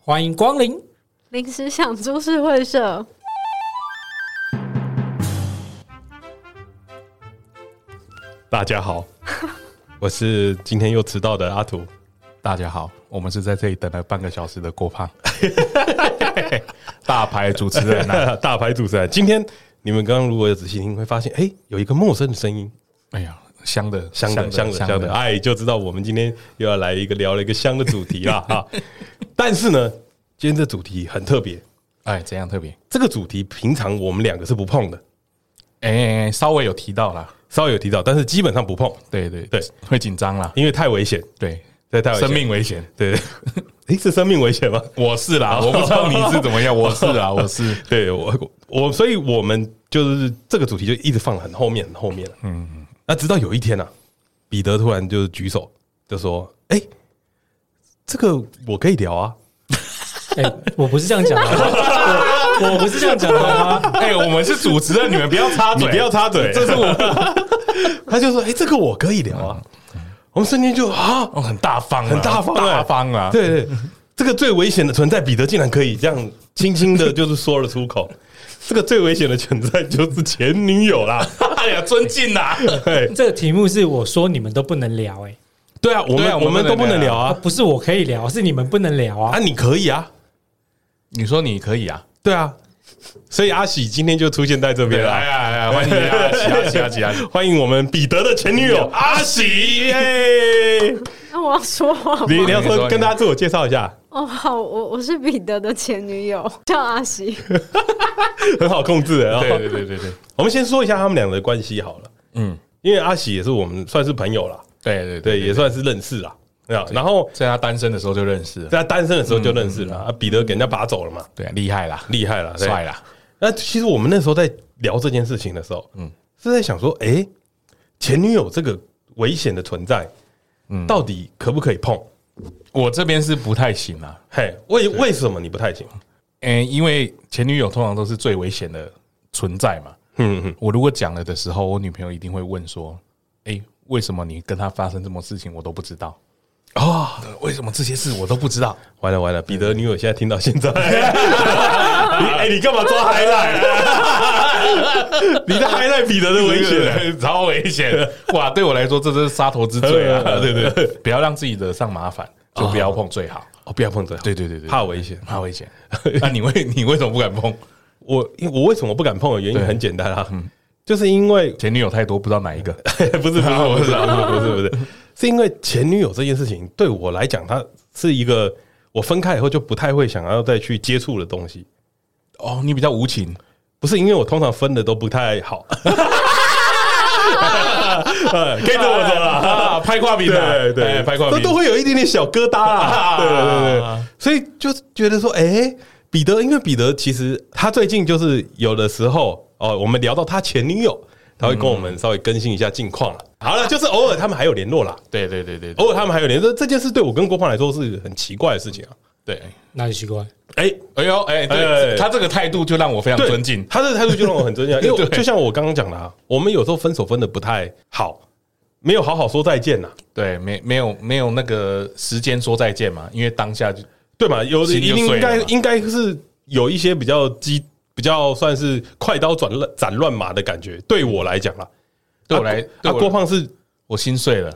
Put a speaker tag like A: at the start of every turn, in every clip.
A: 欢迎光临。
B: 临时想株式会社，
C: 大家好， 我是今天又迟到的阿土。
D: 大家好，我们是在这里等了半个小时的郭胖， 大牌主持人 啊！
C: 大牌主持人，今天你们刚刚如果有仔细听，会发现哎、有一个陌生的声音，
D: 哎呀，香的
C: 香的香的香的，哎，就知道我们今天又要来一个聊了一个香的主 题啦哈。但是呢，今天这主题很特别，
D: 哎，怎样特别？
C: 这个主题平常我们两个是不碰的，
D: 哎，稍微有提到啦，
C: 稍微有提到，但是基本上不碰，
D: 对对
C: 对，
D: 会紧张啦，
C: 因为太危险，
D: 对，
C: 这太危险
D: 生命危险。
C: 对。对诶，是生命危险吗？
D: 我是啦，我不知道你是怎么 样，我是啊，我是
C: 对我我，所以我们就是这个主题就一直放得很后面，很后面嗯，那直到有一天呢、啊，彼得突然就是举手，就说：“哎、这个我可以聊啊。
A: 哎、我不是这样讲的，我我不是这样讲的啊。
D: 哎，我们是主持人，你们不要插”
C: 你
D: 嘴，
C: 不要，插嘴，
D: 这是我
C: 他就说：“哎、这个我可以聊啊。”我们瞬间就啊，
D: 哦很大方啊，
C: 很大方啊
D: 大方 啊，
C: 对对，这个最危险的存在，彼得竟然可以这样轻轻的，就是说了出口。这个最危险的存在就是前女友啦。
D: 哎呀，尊敬
C: 啊
D: 呐，
C: 对
A: 这个题目是我说你们都不能聊、哎、
C: 对啊，我
D: 对
C: 们
D: 啊
C: 我
D: 我们
C: 们都不
D: 不
C: 能
D: 能
C: 聊
D: 聊
A: 啊，
C: 啊
A: 不是我可以聊，是你们不能聊
C: 啊，
A: 啊。
C: 你可以啊。
D: 你说你可以啊，
C: 对啊，所以阿喜今天就出现在这边
D: 对
C: 了。
D: 啊，哎呀哎呀，欢迎 啊，起啊起啊起啊，
C: 欢迎我们彼得的前女友阿喜耶！
B: 那我要说话
C: 你
B: 吗？
C: 你要
D: 你
C: 说
D: 说
C: 跟大家自我介绍一下，
B: 哦，好，我我是彼得的前女友，叫阿喜。
C: 很好控制的。然后
D: 对对对对对，
C: 我们先说一下他们两个的关系好了，
D: 嗯，
C: 因为阿喜也是我们算是朋友啦，
D: 对对
C: 对，也算是认识啦。对啊，然后
D: 在他单身的时候就认识了，
C: 在他单身的时候就认识了，啊，彼得给人家拔走了嘛，
D: 对啊，厉害啦，
C: 厉害了，对
D: 帅。啦，
C: 那其实我们那时候在聊这件事情的时候，嗯，是在想说，诶，前女友这个危险的存在，到底可不可以碰？
D: 我这边是不太行啊，
C: 嘿，为为什么你不太行？
D: 嗯、因为前女友通常都是最危险的存在嘛。
C: 嗯嗯，
D: 我如果讲了的时候，我女朋友一定会问说：“哎、为什么你跟她发生这么事情，我都不知道？
C: 哦，
D: 呃为什么这些事我都不知道？
C: 完了完了，彼得女友现在听到现在， 你哎，你干嘛抓海奶？你在海奶彼得的 危险，
D: 险，超危险！哇，对我来说，这真是杀头之罪啊！对
C: 对对
D: 对对， 不要让自己惹上麻烦，就不要碰最好。
C: 哦，不要碰这个，
D: 对对对对，
C: 怕危险。
D: 怕危险。 那你为你为什么不敢碰？
C: 我因为我为什么不敢碰的原因
D: 对
C: 很简单啊，就是因为
D: 前女友太多，不知道哪一个。
C: 不是不是不是不是不是， 是因为前女友这件事情对我来讲，它是一个我分开以后就不太会想要再去接触的东西。
D: 哦，你比较无 情。
C: 不是因为我通常分的都不太好，呃可以这么说啦。
D: 啊，拍挂饼啊，
C: 对对，
D: 哎拍挂
C: 这
D: 饼
C: 都会有一点点小疙瘩 啦。对对对对，所以就是觉得说，哎，彼得，因为彼得其实他最近就是有的时候哦，我们聊到他前女友，他会跟我们稍微更新一下近况了。好了，就是偶尔他们还有联络啦，
D: 对对对对对
C: 偶尔他们还有联络。这件事对我跟郭胖来说是很奇怪的事情啊。
D: 对。
A: 那就奇怪，
C: 哎，
D: 哎呦哎，
C: 哎
D: 对他这个态度就让我非常
C: 对，
D: 尊敬。
C: 他的态度就让我很尊 敬，因为
D: 对
C: 就像我刚刚讲的啊，我们有时候分手分的不太好，没有好好说再见呐、啊
D: 对，没没有没有那个时间说再见嘛，因为当下就
C: 对吧？有的一
D: 心就
C: 定
D: 碎了
C: 应该
D: 嘛
C: 应该是有一些比较激、比较算是快刀斩乱斩乱麻的感觉。对我来讲啦，
D: 对我来，
C: 啊
D: 对
C: 郭
D: 我
C: 胖是
D: 我心碎了，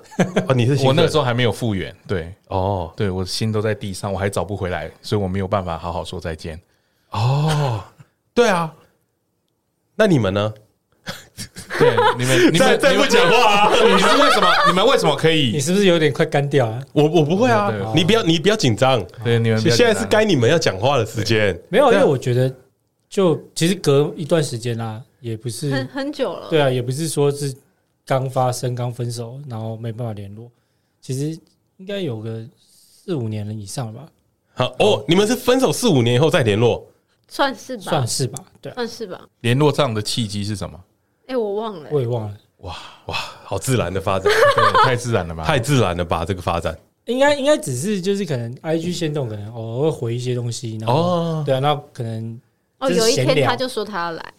C: 啊，你是
D: 我那个时
C: 候
D: 候还没有复原，对
C: 哦
D: 对，我心都在地上，我还找不回来，所以我没有办法好好说再见。
C: 哦，对啊，那你们呢？
D: 对，你 们你
C: 再
D: 们
C: 再
D: 你
C: 不
D: 们
C: 讲话、啊，
D: 你们为什么你们为什么可
A: 你
D: 以？
A: 是不是有点快干掉啊？
C: 我我不会啊
D: 对对，
C: 你不要你不要紧张，
D: 对，你们不要
C: 现
D: 紧
C: 在是
D: 张
C: 该你们要讲话的时间。
A: 没有，因
C: 对啊
A: 为我觉得就其实隔一段时间啦、也不
B: 很
C: 嗯
A: 是
B: 很久了，
A: 对啊，也不是说是刚发生、刚分手，然后没办法联络，其实应该有个四五年了以上了吧，
C: 好哦，你们是分手四五年以后再联络。
B: 算是吧，
A: 算是吧？对啊，
B: 算是吧。
D: 联络上的契机是什么？
B: 哎，我忘了，
A: 我也忘了，
C: 哇，好自然的发展，
D: 对，太自然 了吧？
C: 太自然了吧？这个发展
A: 应该应该只是就是可能 I G 先动，可能偶尔会回一些东西，然后、
C: 哦，
A: 对啊，那可能
B: 哦，
A: 这是
B: 有一
A: 闲
B: 天
A: 聊
B: 他就说他要来，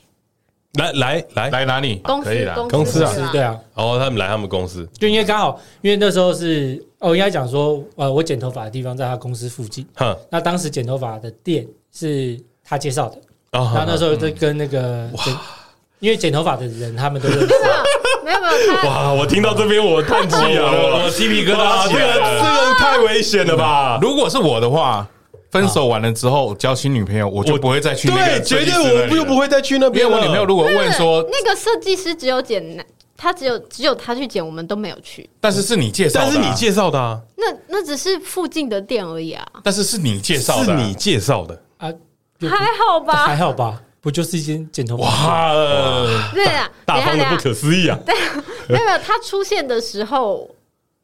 C: 来来来，
D: 来哪里？
B: 公
D: 可以
B: 司
D: 啦，
C: 公司
B: 司
C: 啊
A: 是
B: 啦
A: 对，啊，
C: 然后他们来他们公司，
A: 就因为刚好，因为那时候是哦，应该讲说，呃，我剪头发的地方在他公司附近。
C: 哼，
A: 那当时剪头发的店是他介绍的，
C: 然
A: 然后那时候就跟那个，剪因为剪头发的人他们都认识，啊
B: 没有没有，他
C: 哇，我听到这边我叹气啊，
D: 哦我我
C: 我
D: 鸡皮疙
C: 哇，
D: 瘩
C: 这
D: 起
C: 个
D: 来
C: 这
D: 了。
C: 个太危险了吧？
D: 如果是我的话，分手完了之后交新女朋友，我就不会再去那
C: 对，
D: 个设
C: 绝
D: 计师
C: 对
D: 那里了，
C: 我就不会再去那
D: 因为
C: 边了。
D: 我女朋友如果问说，
B: 那个设计师只有剪男，他只有只有他去剪，我们都没有去。
D: 但是是你介绍的啊，
C: 但是你介绍的啊，
B: 那那只是附近的店而已啊，
D: 但是是你介绍
C: 是
D: 的啊，
C: 你介绍的，
A: 啊，就
B: 还好
A: 还
B: 吧？
A: 好吧？不就是一间剪头发？
C: 哇，
B: 对啊，等
C: 大
B: 一下
C: 方
B: 等
C: 的
B: 一
C: 不
B: 下，
C: 可思议啊！
B: 没有没有，他出现的时候，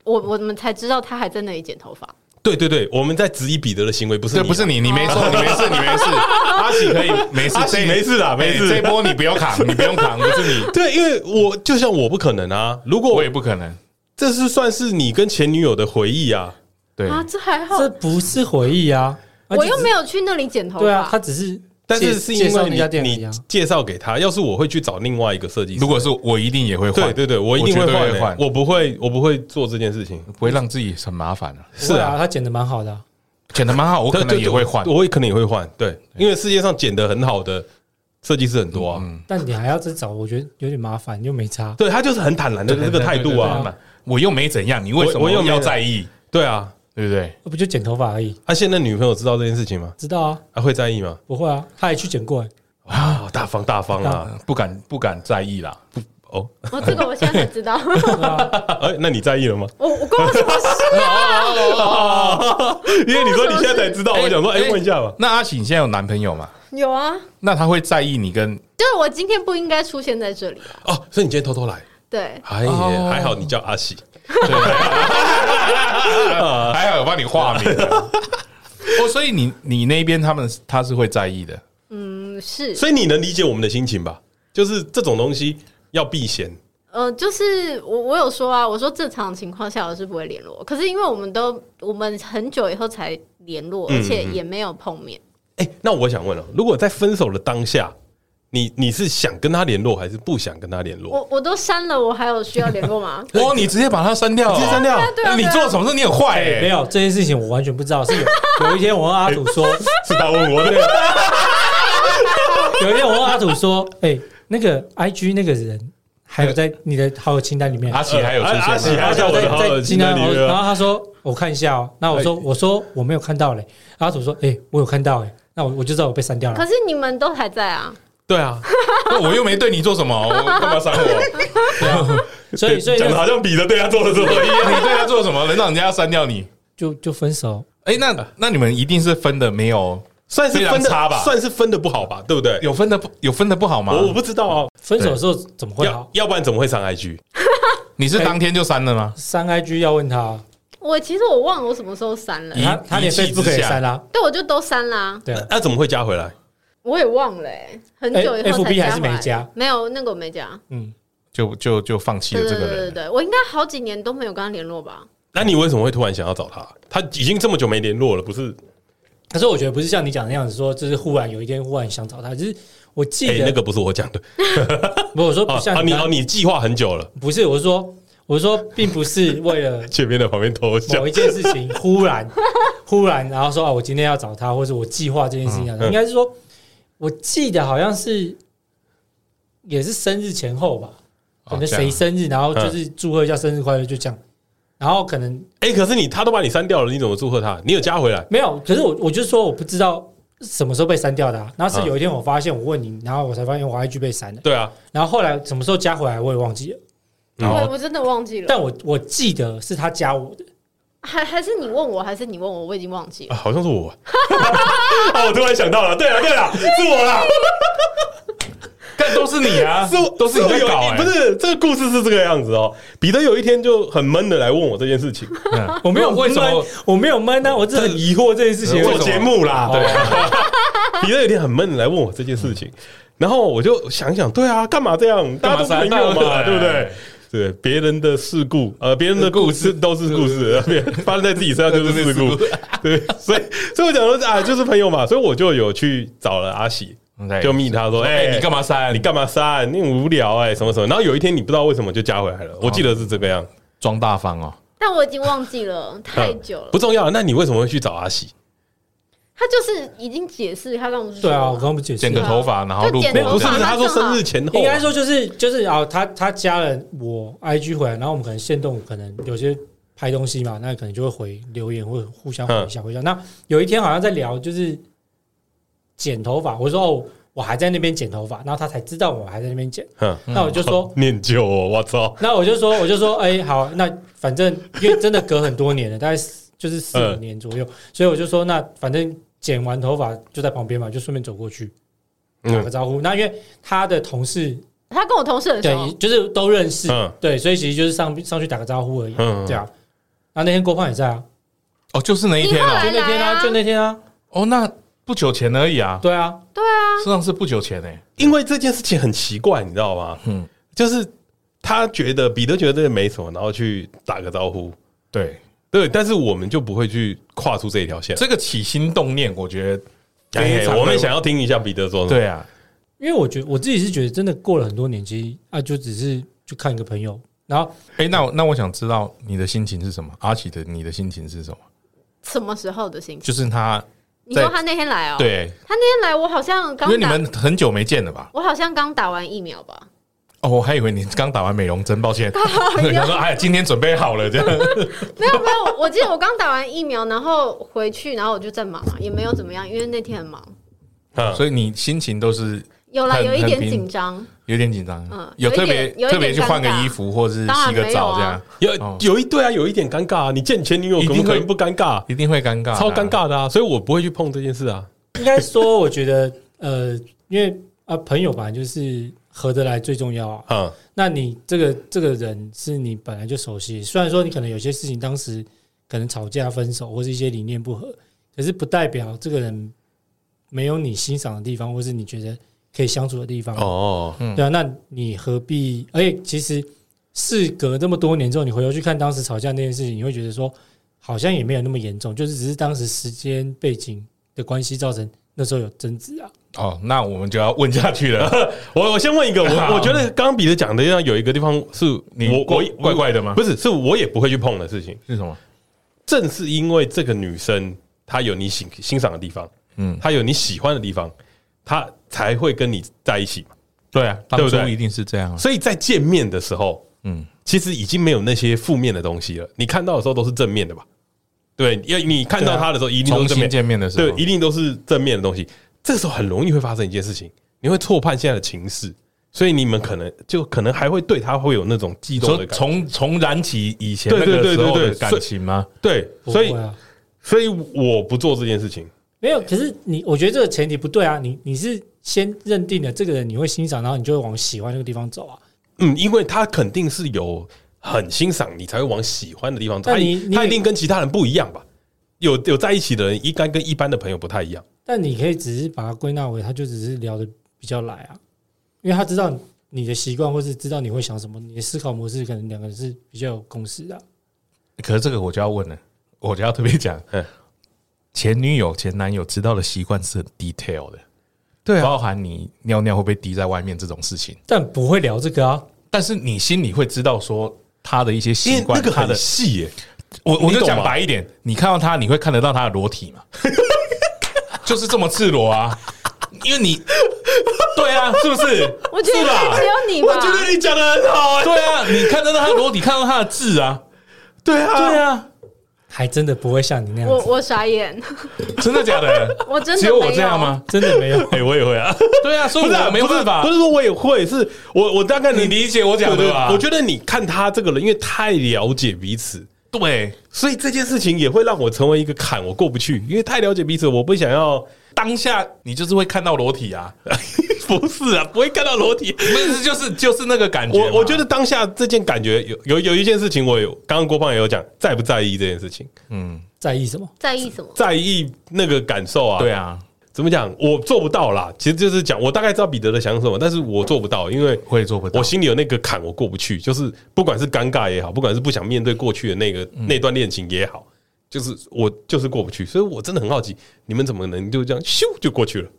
B: 我我们才知道他还在那里剪头发。
C: 对对对，我们在质疑彼得的行为，不是
D: 对，不是
C: 你
D: 你，
C: 啊
D: 你没错，你没事，你没事，阿喜可以没事
C: 啊，阿，喜
D: 这
C: 没事啦，没
D: 哎这一
C: 事。
D: 波你不用扛，你不用扛，不是你，
C: 对，因为我就像我不可能啊，如果
D: 我也不可能。
C: 这是算是你跟前女友的回忆啊，
D: 对，
B: 啊，这还好，
A: 这不是回忆啊！啊
B: 我
A: 就
B: 又
A: 只
B: 没有去那里剪头
A: 对啊，
B: 发
A: 他。只是
C: 但是
A: 介
C: 是
A: 介
C: 因
A: 绍那家
C: 为
A: 店而
C: 你
A: 已啊
C: 你介绍给他，要是我会去找另外一个设计师
D: 如。果是我，一定也会换，
C: 对对对，我一定
D: 绝
C: 会
D: 对
C: 换的、欸
D: 换，
C: 我不会，我不会做这件事情。
D: 不会让自己很麻烦啊。
C: 是
A: 不会啊，
C: 啊，
A: 他剪的蛮好的啊，
D: 剪的蛮好，我可能
C: 对
D: 也会换。
C: 我也可能也会换。对，因为世界上剪得很好的设计师很多啊。
D: 嗯，
A: 但你还要再找，我觉得有点麻烦，又没差。
C: 对他就是很坦然的这个态度
A: 对对
C: 啊
A: 对。
D: 我又没怎样，你为什
C: 我
D: 么
C: 我又没
D: 要在意？
C: 对啊，
D: 对不对？
A: 不就剪头发而已，
C: 他现在女朋友知道这件事情吗？
A: 知道啊？
C: 他会在意吗？
A: 不会啊，他也去剪过欸，
C: 啊，大方大方啊！
D: 呃不敢不敢在意啦。
C: 哦，
B: 哦，这个我现在才知 道，
A: 对啊
C: 哎，那你在意了吗？
B: 我我关我什么事 啊？
C: 因为你说你现在才知道，我想说，哎，问一下吧。
D: 那阿喜，你现在有男朋友吗？
B: 有啊，
D: 那他会在意你跟
B: 就是我今天不应该出现在这里啊。
C: 哦，所以你今天偷偷来，
B: 对，
C: 哎呀，
D: 哦
C: 还好你叫阿喜。呃
D: 还好有帮你化名啊。 哦，所以你你那边他们他是会在意的，
B: 嗯，是，
C: 所以你能理解我们的心情吧？就是这种东西要避嫌，
B: 呃，就是我我有说啊，我说正常情况下我是不会联络，可是因为我们都我们很久以后才联络，
C: 嗯
B: 而且也没有碰面，
C: 哎、那我想问了，如果在分手的当下，你你是想跟他联络，还是不想跟他联络？
B: 我我都删了，我还有需要联络 吗？
D: 哦，你直接把它删掉了，
C: 直接删掉对啊
B: 对啊
D: 你做什么事？你很坏
A: 没
D: 哎，
A: 有这件事情，我完全不知道。是有有一天我问阿土说，
C: 是他问我的，
A: 有一天我问阿土说，哎，那个 I G 那个人还有
C: 哎
A: 在你的好友清单里面，
D: 阿喜还有出
C: 阿喜
D: 现吗？
C: 还在我的好友清单里面啊。
A: 然
C: 哎
A: 后他说我看一下哦，那我说我说我没有看到嘞，阿土说，哎，我有看到哎，那我我就知道我被删掉
B: 可
A: 了。
B: 是你们都还在啊，
C: 对啊，
D: 那哦我又没对你做什么，我干嘛 删我？
A: 啊所以所以
C: 讲的
A: 就
C: 好像彼得对他做的什么一样。
D: 你对他做什么，能让人家要删掉你？
A: 就就分手，
D: 哎，那那你们一定是分的没有
C: 算是
D: 非常
C: 分的
D: 差吧
C: 算是分的不好吧，对不对？
D: 有分的不有分的不好吗？
C: 我我不知道啊，
A: 分手的时候怎么会
C: 要
A: 好？
C: 要不然怎么会啊上 IG？
D: 你
C: 哎
D: 是当天就删了吗？
A: 删 I G 要问他哦，
B: 我其实我忘了我什么时候删了
D: 一，
A: 他他连
D: 一气
A: Facebook
D: 之
A: 也
D: 下
A: 删啦，
B: 对，我就都删啦、
A: 对啊
C: 那。那怎么会加回来？
B: 我也忘了、欸，很久以后才加
A: FB
B: 回来
A: 哎还是没加，
B: 没有那个我没加，
A: 嗯，
D: 就就就放弃
B: 对
D: 了
B: 对
D: 这个
B: 对对
D: 人。
B: 对，我应该好几年都没有跟他联络吧。
C: 那你为什么会突然想要找他？他已经这么久没联络了，不是？
A: 可是我觉得不是像你讲的那样子说，就是忽然有一天忽然想找他，就是我记
C: 哎，
A: 得、
C: 那个不是我讲的
A: 不，我说
C: 啊
A: 不像
C: 啊！你
A: 你刚
C: 哦，你计划很久了，
A: 不是，我是说我是说并不是为了
C: 前面的旁边偷笑
A: 某一件事情忽然 忽然然后说啊，我今天要找他，或者我计划这件事情要找他，
C: 嗯
A: 应该是说我记得好像是也是生日前后吧，
D: 哦
A: 可能
D: 这样
A: 谁生日，
C: 啊
A: 然后就是祝贺一下生日快乐，就这样。然后可能
C: 哎、可是你他都把你删掉了，你怎么祝贺他？你有加回来？
A: 没有，可是我我就说我不知道什么时候被删掉的、啊，然后是有一天我发现我问你，然后我才发现我 IG 被删了。
C: 对啊，哦
A: 然后后来什么时候加回来我也忘记了，
D: 然
B: 我
D: 后
B: 我真的忘记了，
A: 但我我记得是他加我的，
B: 还还是你问我，还是你问我，我已经忘记了。
C: 啊好像是我。 啊，我突然想到了，对了对了，是我啦，
D: 但都是你啊，
C: 是我，
D: 都是你
C: 我
D: 在
C: 有
D: 搞哎，
C: 不是这个故事是这个样子哦。彼得有一天就很闷的来问我这件事情，
D: 嗯
A: 我没有
D: 为什么
A: 闷？我没有闷呢、啊，我只是很疑惑这件事情。
D: 为
C: 做
D: 什么哦
C: 节目啦，
D: 啊对
C: 彼得有一天很闷的来问我这件事情，然后我就想想，对啊，干嘛这样？大家都朋友嘛，对不对？？对别人的事故，呃，别人的故事都是故事，别人发生在自己身上就是 事故。对，所以所以我讲说啊，就是朋友嘛，所以我就有去找了阿喜，
D: 对
C: 就密他说：“
D: 哎、
C: 哎，
D: 你干
C: 嘛？
D: 嘛删？
C: 你干嘛删？你很无聊哎，什么什么。”然后有一天你不知道为什么就加回来了，
D: 哦
C: 我记得是这个样，
D: 装大方哦？
B: 但我已经忘记
D: 嗯
B: 了，太久了
C: 不。重要。那你为什么会去找阿喜？
B: 他就是已经解释，他刚不是
A: 对啊，我
B: 说
A: 刚刚不解释
D: 剪个
A: 了，
D: 头发，然后路
B: 就剪
C: 没
B: 头
C: 有，
B: 发
D: 过
C: 不是
D: 这样
C: 他说生日前后啊，
A: 应该说就是就是啊，他他加了我 IG 回来，然后我们可能限动，可能有些拍东西嘛，那可能就会回留言，会互相回一
D: 嗯
A: 下回一下。那有一天好像在聊就是剪头发，我说哦，我还在那边剪头发，然后他才知道我还在那边剪，
C: 嗯
A: 那我就说。
C: 念旧哦，我操，
A: 那我就说，我就说，哎、好，那反正因为真的隔很多年了，大概四就是四五
C: 嗯
A: 年左右，所以我就说，那反正剪完头发就在旁边嘛，就顺便走过去打个
C: 嗯
A: 招呼。那因为他的同事
B: 他跟我同事很
A: 对，
B: 熟，
A: 就是都认识，
C: 嗯
A: 对，所以其实就是上上去打个招呼而已，
C: 嗯
A: 对啊。那那天郭胖也在啊，
D: 哦，就是那一天
B: 你后
D: 哦
A: 就
B: 来。
A: 那天
B: 来
A: 啊，
B: 啊
A: 就那天啊，
D: 哦，那不久前而已啊，
A: 对啊，
D: 实际上是不久前哎、
C: 因为这件事情很奇怪，你知道吗？
D: 嗯
C: 嗯，就是他觉得彼得觉得这个没什么，然后去打个招呼，
D: 对，
C: 对，但是我们就不会去跨出这一条线。
D: 这个起心动念，我觉得
C: 哎
D: 非常的
C: 我们想要听一下彼得说什么。
D: 对啊，
A: 因为我觉得我自己是觉得真的过了很多年，其实啊，就只是就看一个朋友，然后
D: 哎、那我那我想知道你的心情是什么？阿奇的你的心情是什么？
B: 什么时候的心情？
D: 就是他
B: 你说
D: 在
B: 他那天来哦、
D: 对，
B: 他那天来，我好像
D: 因
B: 刚
D: 为你
B: 打，
D: 们很久没见了吧？
B: 我好像刚打完疫苗吧？
D: 哦，我还以为你刚打完美容针，抱歉。我 想说，哎，今天准备好了这样。
B: 没有没 有，我记得我刚打完疫苗，然后回去，然后我就在忙啊，也没有怎么样，因为那天很忙。
C: 嗯，
D: 所以你心情都是
B: 有啦，
D: 很
B: 有一
D: 很
B: 点
D: 平
B: 紧张，
D: 有点紧张，
B: 嗯
D: 有
B: 有一
D: 特别
B: 点有一点
D: 特别去换个
B: 尴尬
D: 衣服，或是
B: 当然
D: 洗个澡这
B: 没有
D: 样
B: 啊，
C: 有
D: 哦
C: 有一对啊，有一点尴尬啊。你见前女友
D: 一
C: 怎
D: 定
C: 么可
D: 会
C: 能不尴尬？
D: 一定会尴尬的啊，
C: 超尴尬的啊，所以我不会去碰这件事啊。
A: 应该说，我觉得呃，因为啊，朋友本来就是合得来最重要啊。
C: 嗯，
A: 那你这个这个人是你本来就熟悉，虽然说你可能有些事情当时可能吵架、分手或是一些理念不合，可是不代表这个人没有你欣赏的地方，或是你觉得可以相处的地方。
C: 哦，
A: 对啊，那你何必？而且其实事隔这么多年之后，你回头去看当时吵架那件事情，你会觉得说好像也没有那么严重，就是只是当时时间背景的关系造成那时候有争执啊。
D: 哦。那我们就要问下去 了，
C: 我我先问一个，
D: 好
C: 我我觉得刚刚彼得讲的要有一个地方是
D: 你
C: 我我
D: 怪怪怪的吗
C: 不是，是我也不会去碰的事情。
D: 是什么？
C: 正是因为这个女生她有你欣欣赏的地方，
D: 嗯
C: 嗯，她有你喜欢的地方，她才会跟你在一起嘛。
D: 对啊，
C: 对
D: 当
C: 不
D: 初
C: 对
D: 一定是这样啊。
C: 所以在见面的时候，
D: 嗯，
C: 其实已经没有那些负面的东西了。你看到的时候都是正面的吧？对，因为你看到她的时候一定都
D: 重
C: 是正
D: 新
C: 面，
D: 见面的时
C: 对
D: 候，，
C: 一定都是正面的东西。这时候很容易会发生一件事情，你会错判现在的情势，所以你们可能就可能还会对她会有那种激动
D: 说
C: 的感觉。
D: 重重燃起以前那
C: 对对
D: 个
C: 对
D: 时候
C: 对
D: 的
C: 对
D: 感
C: 所以
D: 情吗？
C: 对，
A: 不
C: 所以
A: 会啊，
C: 所以我不做这件事情。
A: 没有。可是你，我觉得这个前提不对啊。你你是先认定了这个人你会欣赏，然后你就会往喜欢那个地方走啊。
C: 嗯，因为他肯定是有很欣赏你，才会往喜欢的地方走。
A: 那
C: 他
A: 你
C: 一
A: 你
C: 他一定跟其他人不一样吧？有有在一起的人，应该跟一般的朋友不太一样。
A: 但你可以只是把它归纳为，他就只是聊的比较来啊，因为他知道你的习惯，或是知道你会想什么，你的思考模式可能两个人是比较有共识的啊、
D: 可是这个我就要问了，我就要特别 讲
C: 嗯，
D: 前女友、前男友知道的习惯是很 detail 的，
C: 对，啊
D: 包含你尿尿会不会滴在外面这种事情，
A: 但不会聊这个啊。
D: 但是你心里会知道说他的一些
C: 因
D: 习
C: 为
D: 惯，
C: 那个
D: 他
C: 很
D: 的
C: 细耶、
D: 我我
C: 你
D: 就
C: 懂
D: 讲
C: 吗
D: 白一点，你看到他，你会看得到他的裸体嘛？ 就是这么赤裸啊，因为你对啊，是不是？
B: 我觉得
D: 是吧
B: 只有你吧，
C: 你讲的很好哎、
D: 对啊，你看得到他的裸体，看到他的痣啊，
C: 对啊，
D: 对啊，
A: 还真的不会像你那样
B: 我
A: 子，
B: 我傻眼，
D: 真的假的？
B: 我真的
D: 只有我
B: 没有
D: 这样吗？
A: 真的没有。
C: 哎、我也会 啊，
D: 对啊，所以
C: 不是啊
D: 我没有
C: 不是
D: 办法
C: 不，是说我也会，是我我大概
D: 你
C: 能
D: 理解我讲
C: 对
D: 的
C: 对
D: 吧？
C: 我觉得你看他这个人，因为太了解彼此，
D: 得对，
C: 所以这件事情也会让我成为一个坎，我过不去，因为太了解彼此，我不想要。
D: 当下你就是会看到裸体啊，
C: 不是啊，不会看到裸体，
D: 不是就是就是那个感觉嘛。
C: 我我觉得当下这件感觉有有有一件事情，我有刚刚郭胖也有讲，在不在意这件事情，
A: 在意什么？
B: 在意什么？
C: 在意那个感受啊。
D: 对
C: 啊，
D: 啊，
C: 怎么讲？我做不到啦。其实就是讲，我大概知道彼得的想什么，但是我做不到，因为
D: 会做不到
C: 我。心里有那个坎，我过不去。就是不管是尴尬也好，不管是不想面对过去的那个、那段恋情也好，就是我就是过不去。所以我真的很好奇，你们怎么能就这样咻就过去了？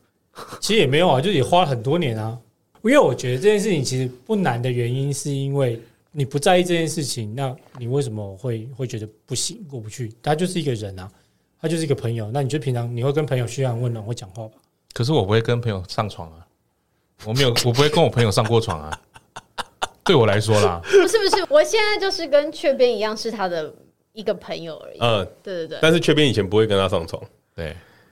A: 其实也没有啊，就是也花了很多年啊。因为我觉得这件事情其实不难的原因，是因为你不在意这件事情，那你为什么会会觉得不行过不去？他就是一个人啊，他就是一个朋友。那你就平常你会跟朋友嘘寒问暖，会讲话吧？
D: 可是我不会跟朋友上床啊，我没有，我不会跟我朋友上过床啊。对我来说啦，
B: 不是不是，我现在就是跟雀边一样，是他的一个朋友而已。
C: 嗯，
B: 对对对，
C: 但是雀边以前不会跟他上床，
D: 对，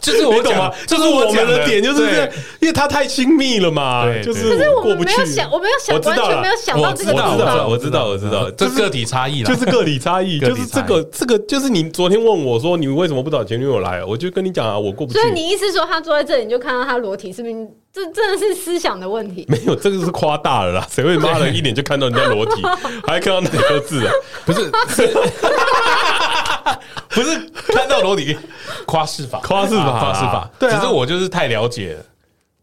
D: 就是我
C: 你懂
D: 讲
C: 吗
D: 的，？
C: 这
D: 这
C: 是
D: 是
C: 我
D: 讲
C: 们的点，就是这样
D: 对
C: 因为他太亲密了嘛，
D: 对
C: 就是
D: 可
B: 可是我
C: 过
B: 们
C: 不
B: 没
C: 去
B: 有。想，我没有想，
C: 我知
B: 完
C: 道
B: 全
C: 了
B: 没有想到
D: 我
B: 这
D: 知
B: 个地
D: 道
C: 我知道了，
B: 方。
C: 我知道，我知道，
D: 这
C: 就是
D: 个体差异啦，
C: 就是个体 差异，
D: 个
C: 就
D: 体
C: 是
D: 差
C: 这
D: 异
C: 个这个就是你昨天问我说你为什么不找前女友来，我就跟你讲啊，我过不去
B: 所。以你意思说他坐在这里，你就看到他裸体，是不是？这真的是思想的问题。
C: 没有，这个是夸大了 啦，谁会妈的一脸就看到人家裸体，还看到哪个字啊？
D: 不是， 不是看到裸体夸饰法，
C: 夸饰法
D: 啊夸饰法
C: 啊。对啊
D: 只是我就是太了解了，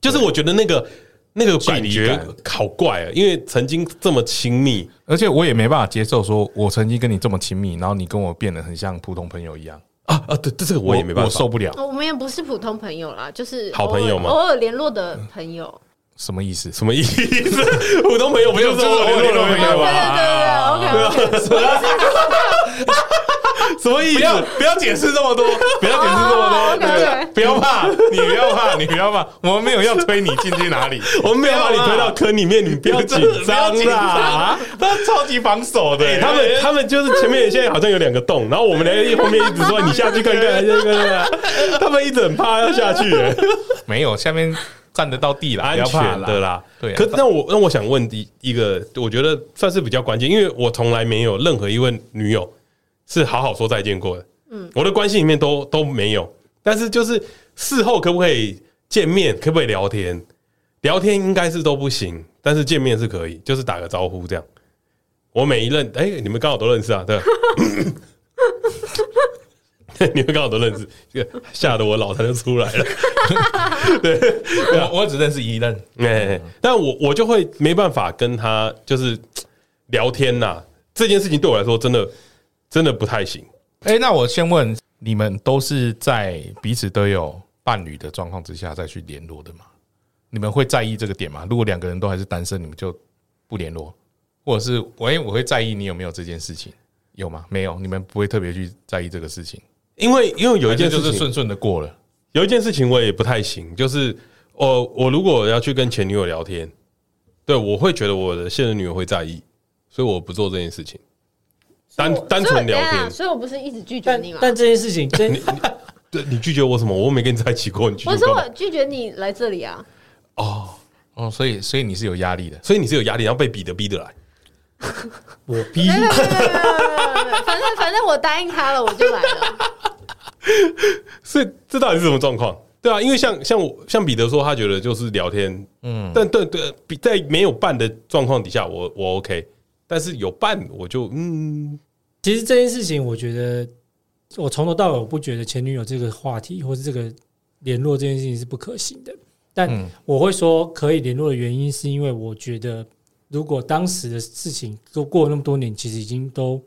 C: 就是我觉得那个那个感
D: 距离
C: 觉
D: 感
C: 好怪、啊，因为曾经这么亲密，
D: 而且我也没办法接受，说我曾经跟你这么亲密，然后你跟我变得很像普通朋友一样，
C: 啊啊，对，这这个我也没办
D: 我
C: 法
D: 受。不了。
B: 我们也不是普通朋友啦，就是
C: 好朋友吗
B: 偶尔偶尔联络的朋友。
D: 什么意 思？
C: 什么意思？ 普通朋友不就是我
D: 没有
C: 联络的
D: 没有
C: 朋友
B: 对
C: 吗？
B: 对
D: 啊
B: 对对，OK OK。
C: 什么意
D: 不
C: 思？
D: 要不要解释这么多，不要解释这么
B: 哦
D: 多，
B: ，OK，OK
D: 对不要怕，你不要怕，你不要怕，我们没有要推你进去哪里，
C: 我们没有把你推到坑里面，你不要紧张
D: 不要紧
C: 啦
D: 张。他超级防守的、欸
C: 哎他们他们就是前面现在好像有两个洞，然后我们俩一后面一直说你下去看看，下去看看，他们一直很怕要下去、哎
D: 没有下面站得到地啦，
C: 安
D: 不要怕
C: 全的
D: 啦。
C: 啦。
D: 对啊
C: 可是那我那我想问第一个，我觉得算是比较关键，因为我从来没有任何一位女友是好好说再见过的。嗯，我的关系里面都都没有，但是就是事后可不可以见面，可不可以聊天？聊天应该是都不行，但是见面是可以，就是打个招呼这样。我每一任，哎、你们刚好都认识啊，对吧。 你们刚好都认识，这个吓得我脑残就出来了。
D: 我我只认识一任，
C: 哎、但我我就会没办法跟他就是嘖聊天呐、这件事情对我来说真的真的不太行。
D: 哎、那我先问，你们都是在彼此都有伴侣的状况之下再去联络的吗？你们会在意这个点吗？如果两个人都还是单身，你们就不联络，或者是我、哎，我会在意你有没有这件事情，有吗？没有，你们不会特别去在意这个事情，
C: 因为因为有一件
D: 还是
C: 事
D: 就
C: 情，
D: 是顺顺的过了。
C: 有一件事情我也不太行，就是我我如果要去跟前女友聊天，对我会觉得我的现任女友会在意，所以我不做这件事情。单单纯
B: 所
C: 聊
B: 以我等一下
C: 天，
B: 所以我不是一直拒绝
A: 但
B: 你吗？
A: 但这件事情真
C: 对你拒绝我什么？我又没跟你在一起过，你拒
B: 我
C: 绝
B: 说
C: 干嘛
B: 我拒绝你来这里啊，
C: 哦，
D: 哦，所以所以你是有压力的，
C: 所以你是有压力，然后被逼的逼得来。
A: 我逼
B: 没有没有没有没有没有，反正反正我答应他了，我就来了。
C: 所以这到底是什么状况？对啊，因为像像我像彼得说，他觉得就是聊天，嗯，但对对，比在没有伴的状况底下，我我 OK，但是有伴我就嗯，
A: 其实这件事情，我觉得我从头到尾我不觉得前女友这个话题或是这个联络这件事情是不可行的。但
D: 嗯
A: 我会说可以联络的原因，是因为我觉得如果当时的事情都过了那么多年，其实已经都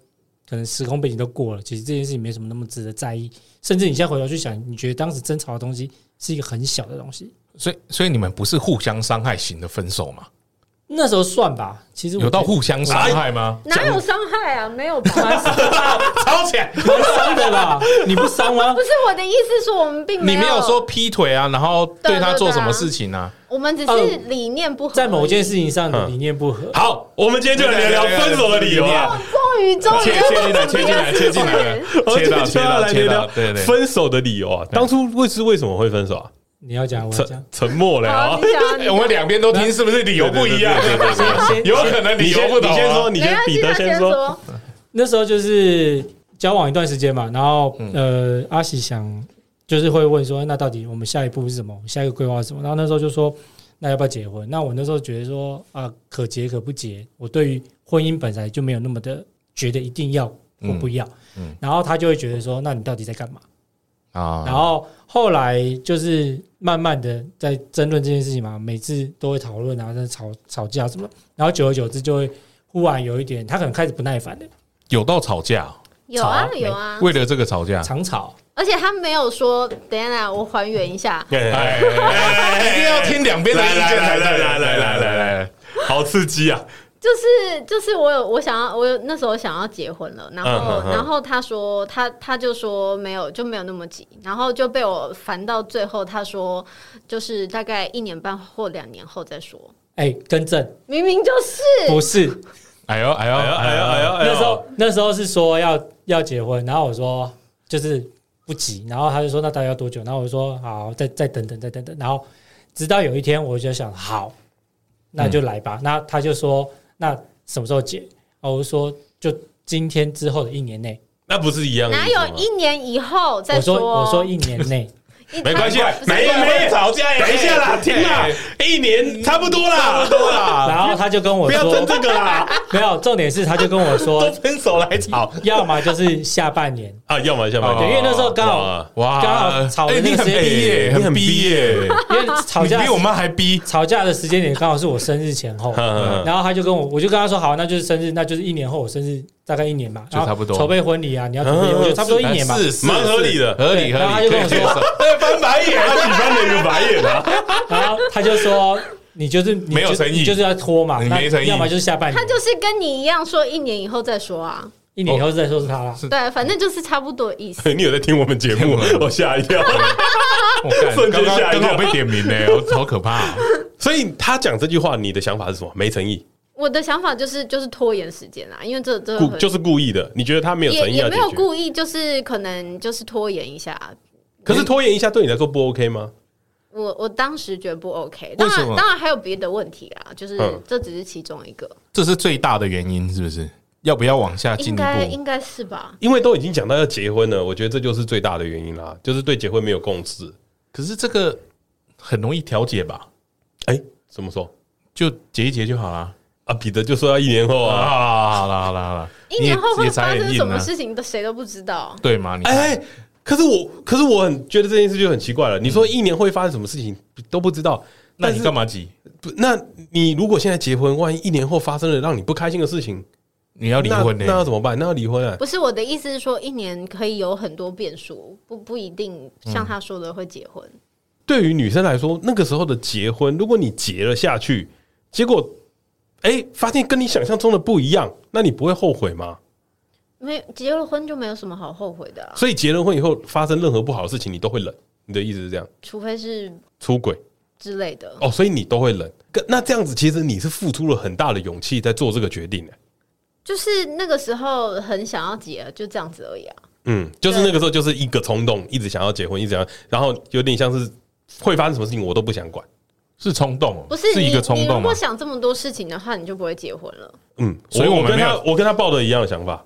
A: 可能时空背景都过了，其实这件事情没什么那么值得在意。甚至你现在回头去想，你觉得当时争吵的东西是一个很小的东西，
D: 所以所以你们不是互相伤害型的分手吗？
A: 那时候算吧。其实我
D: 有到
A: 觉得
D: 互相伤害吗？
B: 哪有伤害啊？没有吧？
D: 吵起来，
A: 蛮伤的啦，你不伤吗
B: 不？是我的意思，是我们并
D: 你没有说劈腿啊，然后对他做什么事情啊？
B: 我们只是理念不合，
A: 在某件事情上的
C: 嗯
A: 理念不合，
C: 好，我们今天就来聊聊分手的理由啊，
B: 终于终于
D: 切切进来，切进来，切进来，
C: 我们
D: 切
C: 今天
D: 到
C: 就
D: 切
C: 要
D: 到
C: 来
D: 切
C: 聊
D: 到，
C: 聊
D: 对对。
C: 分手的理由啊。当初为是为什么会分手啊？
A: 你要讲，我要讲
C: 沉。沉默了啊
B: 好，你，讲，你
D: 哎 我们两边都听，是不是理由不一样？ 有可能理
C: 你
D: 由
C: 先
D: 不
C: 你
D: 同。
C: 先说，你
B: 没
C: 先
B: 关
C: 彼
B: 系，
C: 得
B: 他
C: 先说，
B: 说。
A: 那时候就是交往一段时间嘛，然后
D: 嗯
A: 呃，阿喜想就是会问说，那到底我们下一步是什么？下一个规划是什么？然后那时候就说，那要不要结婚？那我那时候觉得说啊，可结可不结，我对于婚姻本来就没有那么的觉得一定要或不要。
D: 嗯嗯
A: 然后他就会觉得说，那你到底在干嘛？然
D: 啊，
A: 后后来就是慢慢的在争论这件事情嘛，每次都会讨论啊，在吵吵架什么，然后久而久之就会忽然有一点，他可能开始不耐烦了，
D: 有到吵架，
B: 有啊有啊，
D: 为了这个吵架，
A: 常吵。
B: 而且他没有说，等一下我还原一下，
C: 哎，
D: 一定要听两边的意
C: 来
D: 见
C: 来来
D: 才
C: 来
D: 对
C: 来来来来来，好刺激啊！
B: 就是就是我有我想要我有那时候想要结婚了，然后、
C: 嗯嗯嗯
B: 然后他说他他就说没有就没有那么急，然后就被我烦到最后，他说就是大概一年半或两年后再说，
A: 哎，更正，
B: 明明就是
A: 不是
D: 哎呦哎呦
C: 哎呦哎呦哎呦！哎呦
A: 那时候那时候是说要要结婚，然后我说就是不急，然后他就说那大概要多久？然后我就说好，再再等等，再等等。然后直到有一天，我就想好，那就来吧。那他就说那什么时候结？然后我就说就今天之后的一年内。
C: 那不是一样的意
B: 哪
C: 思吗？
B: 有一年以后再
A: 我说我说
B: 说
A: 一年 内，
B: 一
C: 没关系啊，
B: 不是
C: 没有
B: 不是
C: 没有吵架，等一下
D: 哎
C: 啦，停啦，一年差不多啦，差不多啦，
A: 然后他就跟
C: 啊
A: 我
C: 不要争
A: 说
C: 这个啦，
A: 没有，重点是他就跟我
C: 都
A: 说，
C: 分手来吵
A: 要么就是下半年，
C: 啊，要么要么，
A: 对，因为那时候刚好
C: 哇
D: 哇
A: 刚好吵的
D: 哎
A: 那
D: 你
A: 个
D: 很
A: 时间
D: 逼耶，
C: 你很
D: 很逼
C: 逼
D: 耶
C: 耶，
A: 因为吵
D: 你
A: 架
D: 比我妈还逼。
A: 吵架的时间点刚好是我生日 前后，
C: 嗯
A: 然后他就跟我，我就跟他说好，那就是生日，那就是一年后我生日，大概一年嘛，
D: 就差不多
A: 然后筹备婚礼啊，你要准备，
C: 嗯
A: 我觉得差不多一年嘛。
D: 是是
C: 蛮合理的
D: 是合理
A: 对然后
D: 合
A: 他
D: 理，
A: 就
D: 可以接
A: 跟我说
D: 受。
C: 哎翻白 眼，他只翻了一个白眼啊，
A: 然后他就说，你就是你就
D: 没有诚意
A: 你就是要拖嘛，
D: 你
A: 那
D: 没诚意
A: 要么就是下半年，
B: 他就是跟你一样说一年以后再说啊，
A: 一年以后再说是他
D: 哦
A: 啦。
B: 对，反正就是差不多意思。
C: 你有在听我们节目？我吓一跳。
D: 我干
C: 瞬间
D: 刚刚
C: 吓
D: 刚
C: 一跳
D: 刚我被点名嘞，我好可 怕啊。
C: 所以他讲这句话，你的想法是什么？没诚意，
B: 我的想法就是就是拖延时间啊，因为这这
C: 故
B: 很
C: 就是故意的。你觉得他没有
B: 也
C: 诚意
B: 也
C: 要
B: 没
C: 解
B: 有
C: 决？
B: 故意，就是可能就是拖延一下。
C: 可是拖延一下对你来说不 OK 吗？
B: 我我当时觉得不 OK，
D: 为
B: 当
D: 什
B: 然
D: 么
B: 当然还有别的问题啦，就是
C: 嗯
B: 这只是其中一个，
D: 这是最大的原因，是不是？要不要往下进
B: 应
D: 一
B: 该
D: 步？
B: 应该是吧？
C: 因为都已经讲到要结婚了，我觉得这就是最大的原因啦，就是对结婚没有共识。
D: 可是这个很容易调解吧？
C: 哎，怎么说
D: 就结一结就好啦。
C: 啊？彼得就说要一年后
D: 啊，
C: 啊。
D: 好啦好啦好啦，
B: 一年后
D: 你
B: 会
D: 也
B: 发生什么？
D: 你也眨眼硬啊
B: 事情，谁都不知道。
D: 对吗？你
C: 哎、
D: 哎，嗯
C: 可是我，可是我很觉得这件事就很奇怪了。你说一年会发生什么事情都不知道，
D: 那
C: 但
D: 你
C: 是
D: 干嘛急？
C: 不那你如果现在结婚，万一一年后发生了让你不开心的事情，
D: 你要离婚
C: 那那要
D: 呢？
C: 怎么办？那要离婚啊？
B: 不是我的意思是说，一年可以有很多变数，不不一定像他说的会结婚。
C: 对于女生来说，那个时候的结婚，如果你结了下去，结果哎、发现跟你想象中的不一样，那你不会后悔吗？
B: 没结了婚就没有什么好后悔的、啊，
C: 所以结了婚以后发生任何不好的事情，你都会忍。你的意思是这样？
B: 除非是
C: 出轨
B: 之类的。
C: 哦，所以你都会忍。跟那这样子，其实你是付出了很大的勇气在做这个决定的、
B: 就是那个时候很想要结，就这样子而已啊。
C: 嗯，就是那个时候就是一个冲动，一直想要结婚，一直想要，然后有点像是会发生什么事情我都不想管。
D: 是冲动哦，
B: 不是你
D: 一个冲
B: 你如
D: 动吗
B: 果？想这么多事情的话，你就不会结婚了。
C: 嗯，
D: 所以我
C: 我
D: 们
C: 跟
D: 没有
C: 他我跟他抱的一样的想法，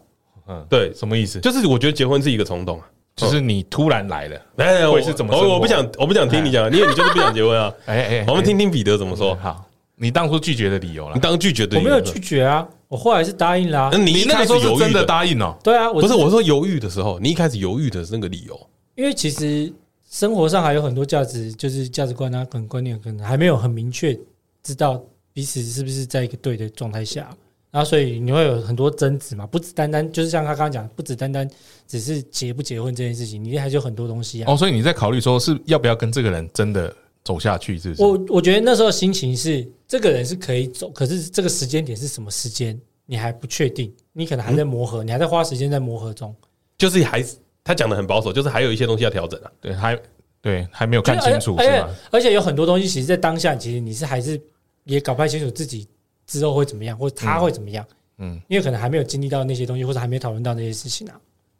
D: 嗯，
C: 对，
D: 什么意思？
C: 就是我觉得结婚是一个冲动啊。
D: 就是你突然来了，
C: 哎，哎
D: 会
C: 我
D: 是怎么生活哎
C: 我我不想我不想听你讲，因为你就是不想结婚啊。
D: 哎哎，
C: 我们听听彼得怎么说
D: 哎。。好，你当初拒绝的理由啦
C: 你。当拒绝的
A: 我
C: 理
A: 没
C: 由
A: 有
C: 是什
A: 拒绝啊，我后来是答应啦
C: 么，。你
D: 啊你
C: 一
D: 那
C: 开
D: 个
C: 始
D: 时候
C: 犹
D: 是
C: 豫
D: 真的，答应哦，
A: 对啊，我
C: 不是我说犹豫的时候，你一开始犹豫的那个理由。
A: 因为其实生活上还有很多价值，就是价值观啊，可能观念可能还没有很明确知道彼此是不是在一个对的状态下，然后所以你会有很多争执嘛，不只单单就是像他刚刚讲，不只单单只是结不结婚这件事情，你还是有很多东西啊。
D: 哦，所以你在考虑说是要不要跟这个人真的走下去，是不是？
A: 我我觉得那时候心情是，这个人是可以走，可是这个时间点是什么时间，你还不确定，你可能还在磨合，你还在花时间在磨合中。
C: 就是还是他讲的很保守，就是还有一些东西要调整啊。
D: 对，还对还没有看清楚
A: 而
C: 哎
D: 是
A: 且
D: 吧？
A: 哎而且有很多东西，其实，在当下，其实你是还是也搞不太清楚自己之后会怎么样，或者他会怎么样，
D: 嗯，
A: 因为可能还没有经历到那些东西，或者还没讨论到那些事情啊。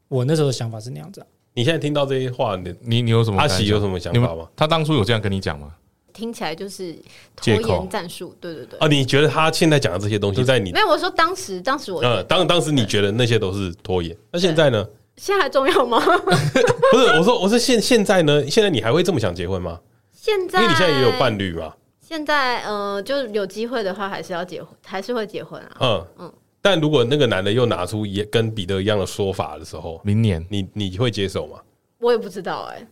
A: 我那时候的想法是那样子、啊，
C: 你现在听到这些话，你
D: 你你有什么
C: 阿
D: 感想？
C: 喜有什么想
D: 你
C: 法
D: 们
C: 吗？
D: 他当初有这样跟你讲吗？
B: 听起来就是拖
D: 借口
B: 延战术，对对对。
C: 啊，你觉得他现在讲的这些东西，在你
B: 没有，我说当时，当时我、
C: 呃，当当时你觉得那些都是拖延，那现在呢？
B: 现在还重要吗？
C: 不是，我说我说现现在呢？现在你还会这么想结婚吗？
B: 现
C: 因
B: 在，
C: 为你现在也有伴。侣嘛，
B: 现在，呃，就有机会的话，还是要结婚，还是会结婚啊。
C: 嗯
B: 嗯
C: 但如果那个男的又拿出也跟彼得一样的说法的时候，
D: 明年，
C: 你你会接受吗？
B: 我也不知道哎、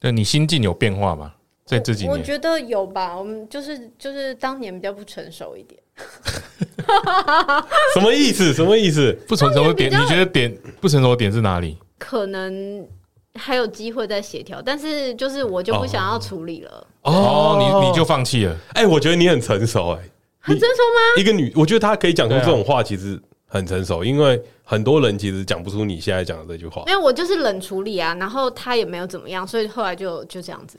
D: 对你心境有变化吗？在这几
B: 我
D: 年，
B: 觉得有吧。我们就是就是当年比较不成熟一点，
C: 什么意思？什么意思？
D: 不成熟的点，你
B: 当年比较
D: 觉得点不成熟的点是哪里？
B: 可能还有机会再协调，但是就是我就不想要处理了。
D: 哦，你你就放弃了，
C: 哎、我觉得你很成熟、哎，
B: 很成熟吗？
C: 一个女，我觉得她可以讲出
D: 对啊
C: 这种话，其实很成熟，因为很多人其实讲不出你现在讲的这句话
B: 没。有，我就是冷处理啊，然后他也没有怎么样，所以后来就就这样子。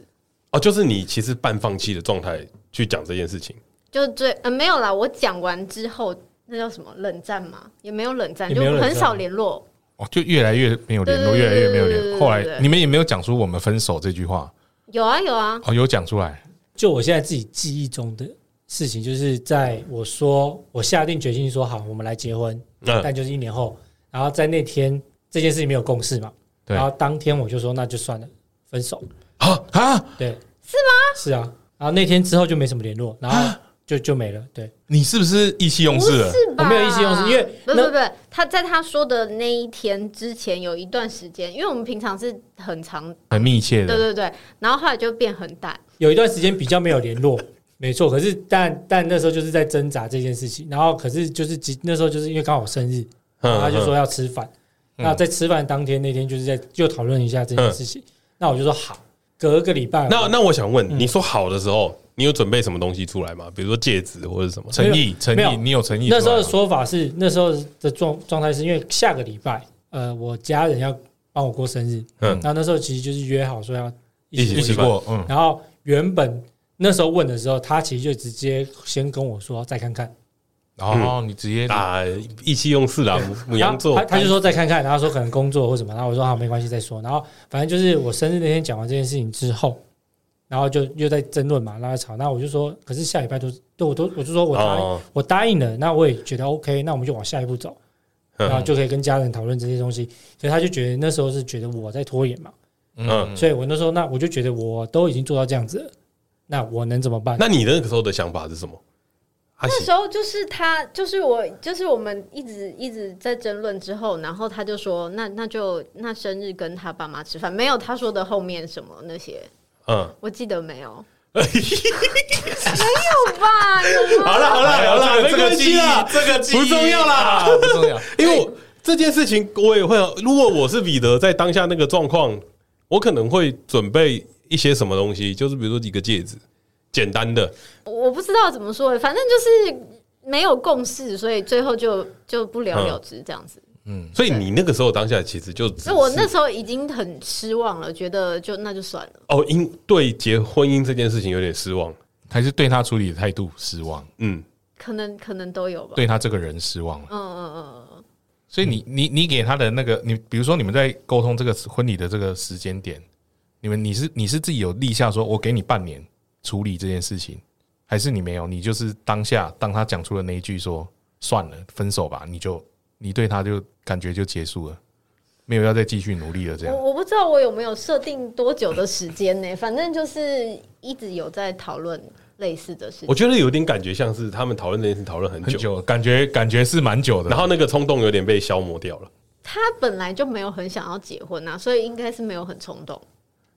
C: 哦，就是你其实半放弃的状态去讲这件事情。
B: 就最呃没有啦，我讲完之后，那叫什么冷战嘛，也没有冷战，
A: 也
B: 就
A: 没有冷战
B: 很少联络。
D: 哦，就越来越没有联络，
B: 对对
D: 越来越没有
B: 对对
D: 联
B: 对
D: 络。后来
B: 对对对
D: 你们也没有讲出我们分手这句话，
B: 有啊有啊，
D: 哦，有讲出来，
A: 就我现在自己记忆中的事情，就是在我说我下定决心说好，我们来结婚，
C: 嗯，
A: 但就是一年后，然后在那天这件事情没有共识嘛，
D: 对
A: 然后当天我就说那就算了，分手，
D: 啊啊！
A: 对，是吗？是啊，然后那天之后就没什么联络，然后就就没了，对，
D: 你是不是意气用
B: 不
D: 事了？
B: 是吧？
A: 我没有意思用事因为
B: 不
A: 那
B: 不不，他在他说的那一天之前有一段时间，因为我们平常是很长，
D: 很密切
B: 对
D: 的，
B: 对对，然后后来就变很淡。
A: 有一段时间比较没有联络， 没错。可是但但那时候就是在挣扎这件事情，然后可是就是即那时候就是因为刚好生日，
C: 嗯
A: 然后他就说要吃饭。
D: 嗯
A: 那在吃饭当天那天就是在就讨论一下这件事情，那我就说好，隔个礼拜
C: 那那我想问，
A: 嗯
C: 你说好的时候，你有准备什么东西出来吗？比如说戒指或者什么？
D: 诚意诚
A: 没
D: 意，
A: 有
D: 你有啊诚意出来吗。
A: 那时候的说法是那时候的状状态是因为下个礼拜呃我家人要帮我过生日，
C: 嗯
A: 那那时候其实就是约好说要一
C: 一
A: 起
D: 一起
A: 过，
D: 过，嗯，
A: 然后原本那时候问的时候，他其实就直接先跟我说再看看。
D: 然后哦你直接
C: 啊，意气用事啦，母羊座
A: 他，他就说再看看，然后说可能工作或什么，然后我说好没关系再说，然后反正就是我生日那天讲完这件事情之后，然后就又在争论嘛，然后吵，那我就说，可是下礼拜都对我都我就说我答应、
C: 哦
A: 我答应了，那我也觉得 OK，那我们就往下一步走，
C: 嗯
A: 然后就可以跟家人讨论这些东西，所以他就觉得那时候是觉得我在拖延嘛，
D: 嗯，
A: 所以我那时候那我就觉得我都已经做到这样子了，那我能怎么办？
C: 那你那个时候的想法是什么？阿
B: 那
C: 喜
B: 时候就是他，就是我，就是我们一直一直在争论之后，然后他就说，那那就那生日跟他爸妈吃饭，没有他说的后面什么那些，
C: 嗯，
B: 我记得没有，没有吧？有吗
C: 好了好了好
D: 哎
C: 了，
D: 呦
C: 没
D: 这个
C: 关
D: 记
C: 系
D: 忆
C: 啦，，
D: 这个记忆
C: 不重要啦
D: 啊不重要。
C: 因为我这件事情我也会，如果我是彼得，在当下那个状况，我可能会准备一些什么东西，就是比如说几个戒指，简单的，
B: 我不知道怎么说，反正就是没有共识，所以最后就就不了了之这样子。
C: 所以你那个时候当下其实就只
B: 所以我
C: 是
B: 那时候已经很失望了，觉得就那就算了。
C: 哦，因对结婚姻这件事情有点失望，
D: 还是对他处理的态度失望，
C: 嗯，
B: 可能可能都有吧。
D: 对他这个人失望了。
B: 嗯嗯嗯嗯，
D: 所以你你你给他的那个，你比如说你们在沟通这个婚礼的这个时间点，你们你是你是自己有立下说，我给你半年处理这件事情，还是你没有？你就是当下当他讲出了那一句说算了，分手吧，你就你对他就感觉就结束了，没有要再继续努力了，
C: 啊
D: 这样
B: 我我不知道我有没有设定多久的时间呢、 反正就是一直有在讨论类似的事
C: 我
B: 情。
C: 觉得有点感觉像是他们讨论这件事讨论很
D: 很
C: 久，
D: 久，感觉感觉是蛮久的。
C: 然后那个冲动有点被消磨掉了。
B: 他本来就没有很想要结婚啊，所以应该是没有很冲动。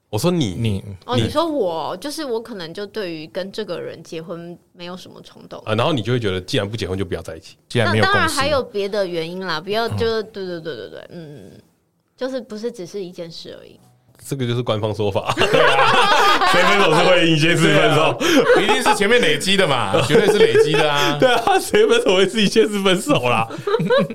C: 我说你
D: 你
B: 哦，
C: 你
B: 你说我就是我，可能就对于跟这个人结婚没有什么冲动。
C: 啊，然后你就会觉得，既然不结婚就不要在一起。
D: 既然没
B: 那
D: 有
B: 当
D: 共
B: 然
D: 识
B: 还， 有别的原因
C: 嗯
B: 啦，不要就、对对对对对，嗯，就是不是只是一件事而已。
C: 这个就是官方说法， 谁分手是会先
D: 对啊？一定是前面累积的嘛，绝对是累积的啊。
C: 对啊，谁分手会自己先是分手啦？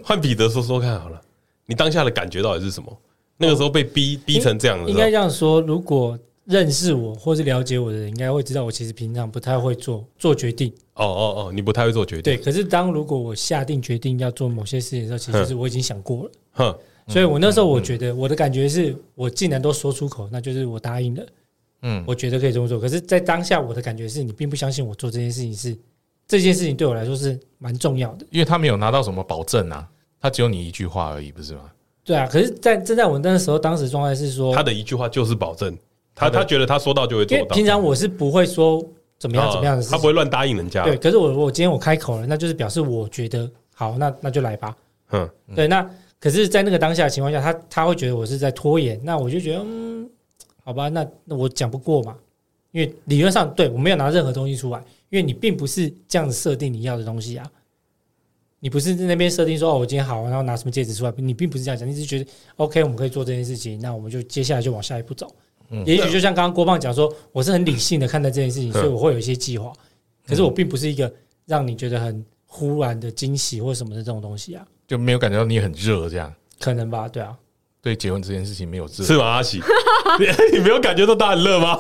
C: 换彼得说说看好了，你当下的感觉到底是什么？那个时候被逼逼成这样的时
A: 应
C: 候，
A: 该这样说，如果认识我或是了解我的人，应该会知道我其实平常不太会做做决定。
C: 哦哦哦，你不太会做决定，
A: 对，可是当如果我下定决定要做某些事情的时候，其实是我已经想过了。
C: 哼，
A: 所以我
C: 嗯
A: 那时候我觉得我的感觉是我竟然都说出口，那就是我答应了，
D: 嗯，
A: 我觉得可以这么做。可是，在当下我的感觉是你并不相信我做这件事情是这件事情对我来说是蛮重要的。
D: 因为他没有拿到什么保证啊，他只有你一句话而已，不是吗？
A: 对啊，可是在，正在我那时候当时状态是说，
C: 他的一句话就是保证，他
A: 他的
C: 他觉得他说到就会
A: 因
C: 做
A: 为
C: 到，
A: 平常我是不会说怎么样
C: 啊
A: 怎么样的事
C: 他
A: 情
C: 不。会乱答应人家。
A: 对，可是我我今天我开口了，那就是表示我觉得好，那那就来吧。
C: 嗯，
A: 对，那可是，在那个当下的情况下，他他会觉得我是在拖延，那我就觉得嗯，好吧，那那我讲不过嘛，因为理论上对我没有拿任何东西出来，因为你并不是这样子设定你要的东西啊。你不是在那边设定说哦，我今天好，然后拿什么戒指出来，你并不是这样想，你只是觉得 OK，我们可以做这件事情，那我们就接下来就往下一步走。也许就像刚刚郭胖讲说，我是很理性的看待这件事情，所以我会有一些计划，可是我并不是一个让你觉得很忽然的惊喜或什么的这种东西啊，
D: 就没有感觉到你很热这样。
A: 可能吧，对啊，
D: 对结婚这件事情没有热，
C: 是吗？阿喜， 你你没有感觉到他很热吗？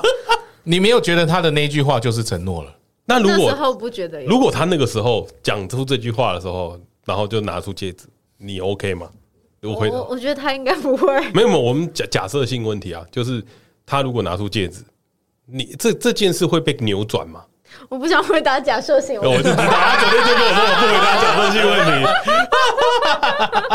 D: 你没有觉得他的那句话就是承诺了。
C: 那如
B: 那时
C: 果
B: 候不觉得有，
C: 如果他那个时候讲出这句话的时候，然后就拿出戒指，你 OK 吗？我回
B: 我我觉得他应该不会。
C: 没有，没有，我们假假设性问题啊，就是他如果拿出戒指，你这这件事会被扭转吗？哦
B: 我不想回答假设性，
C: 我就知道，他昨天就跟我说我不回答假设性问题，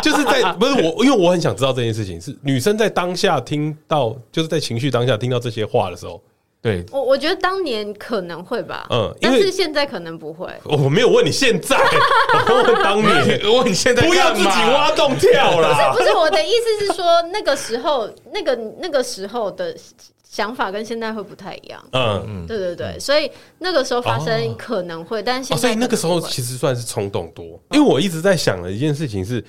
C: 就是在不是我，因为我很想知道这件事情是女生在当下听到，就是在情绪当下听到这些话的时候，
D: 对，
B: 我我觉得当年可能会吧，
C: 嗯因
B: 但
C: 为
B: 是现在可能不 会。
C: 我我没有问你现在， 我问当年，
D: 问你现在
C: 不要自己挖洞跳啦
B: 不。是我的意思是说，那个时候，那个那个时候的想法跟现在会不太一样。
C: 嗯，
B: 对对对，所以那个时候发生可能会，但是
C: 哦，
B: 现
C: 所
B: 在、
C: 以那个时候其实算是冲动多，因为我一直在想的一件事情是，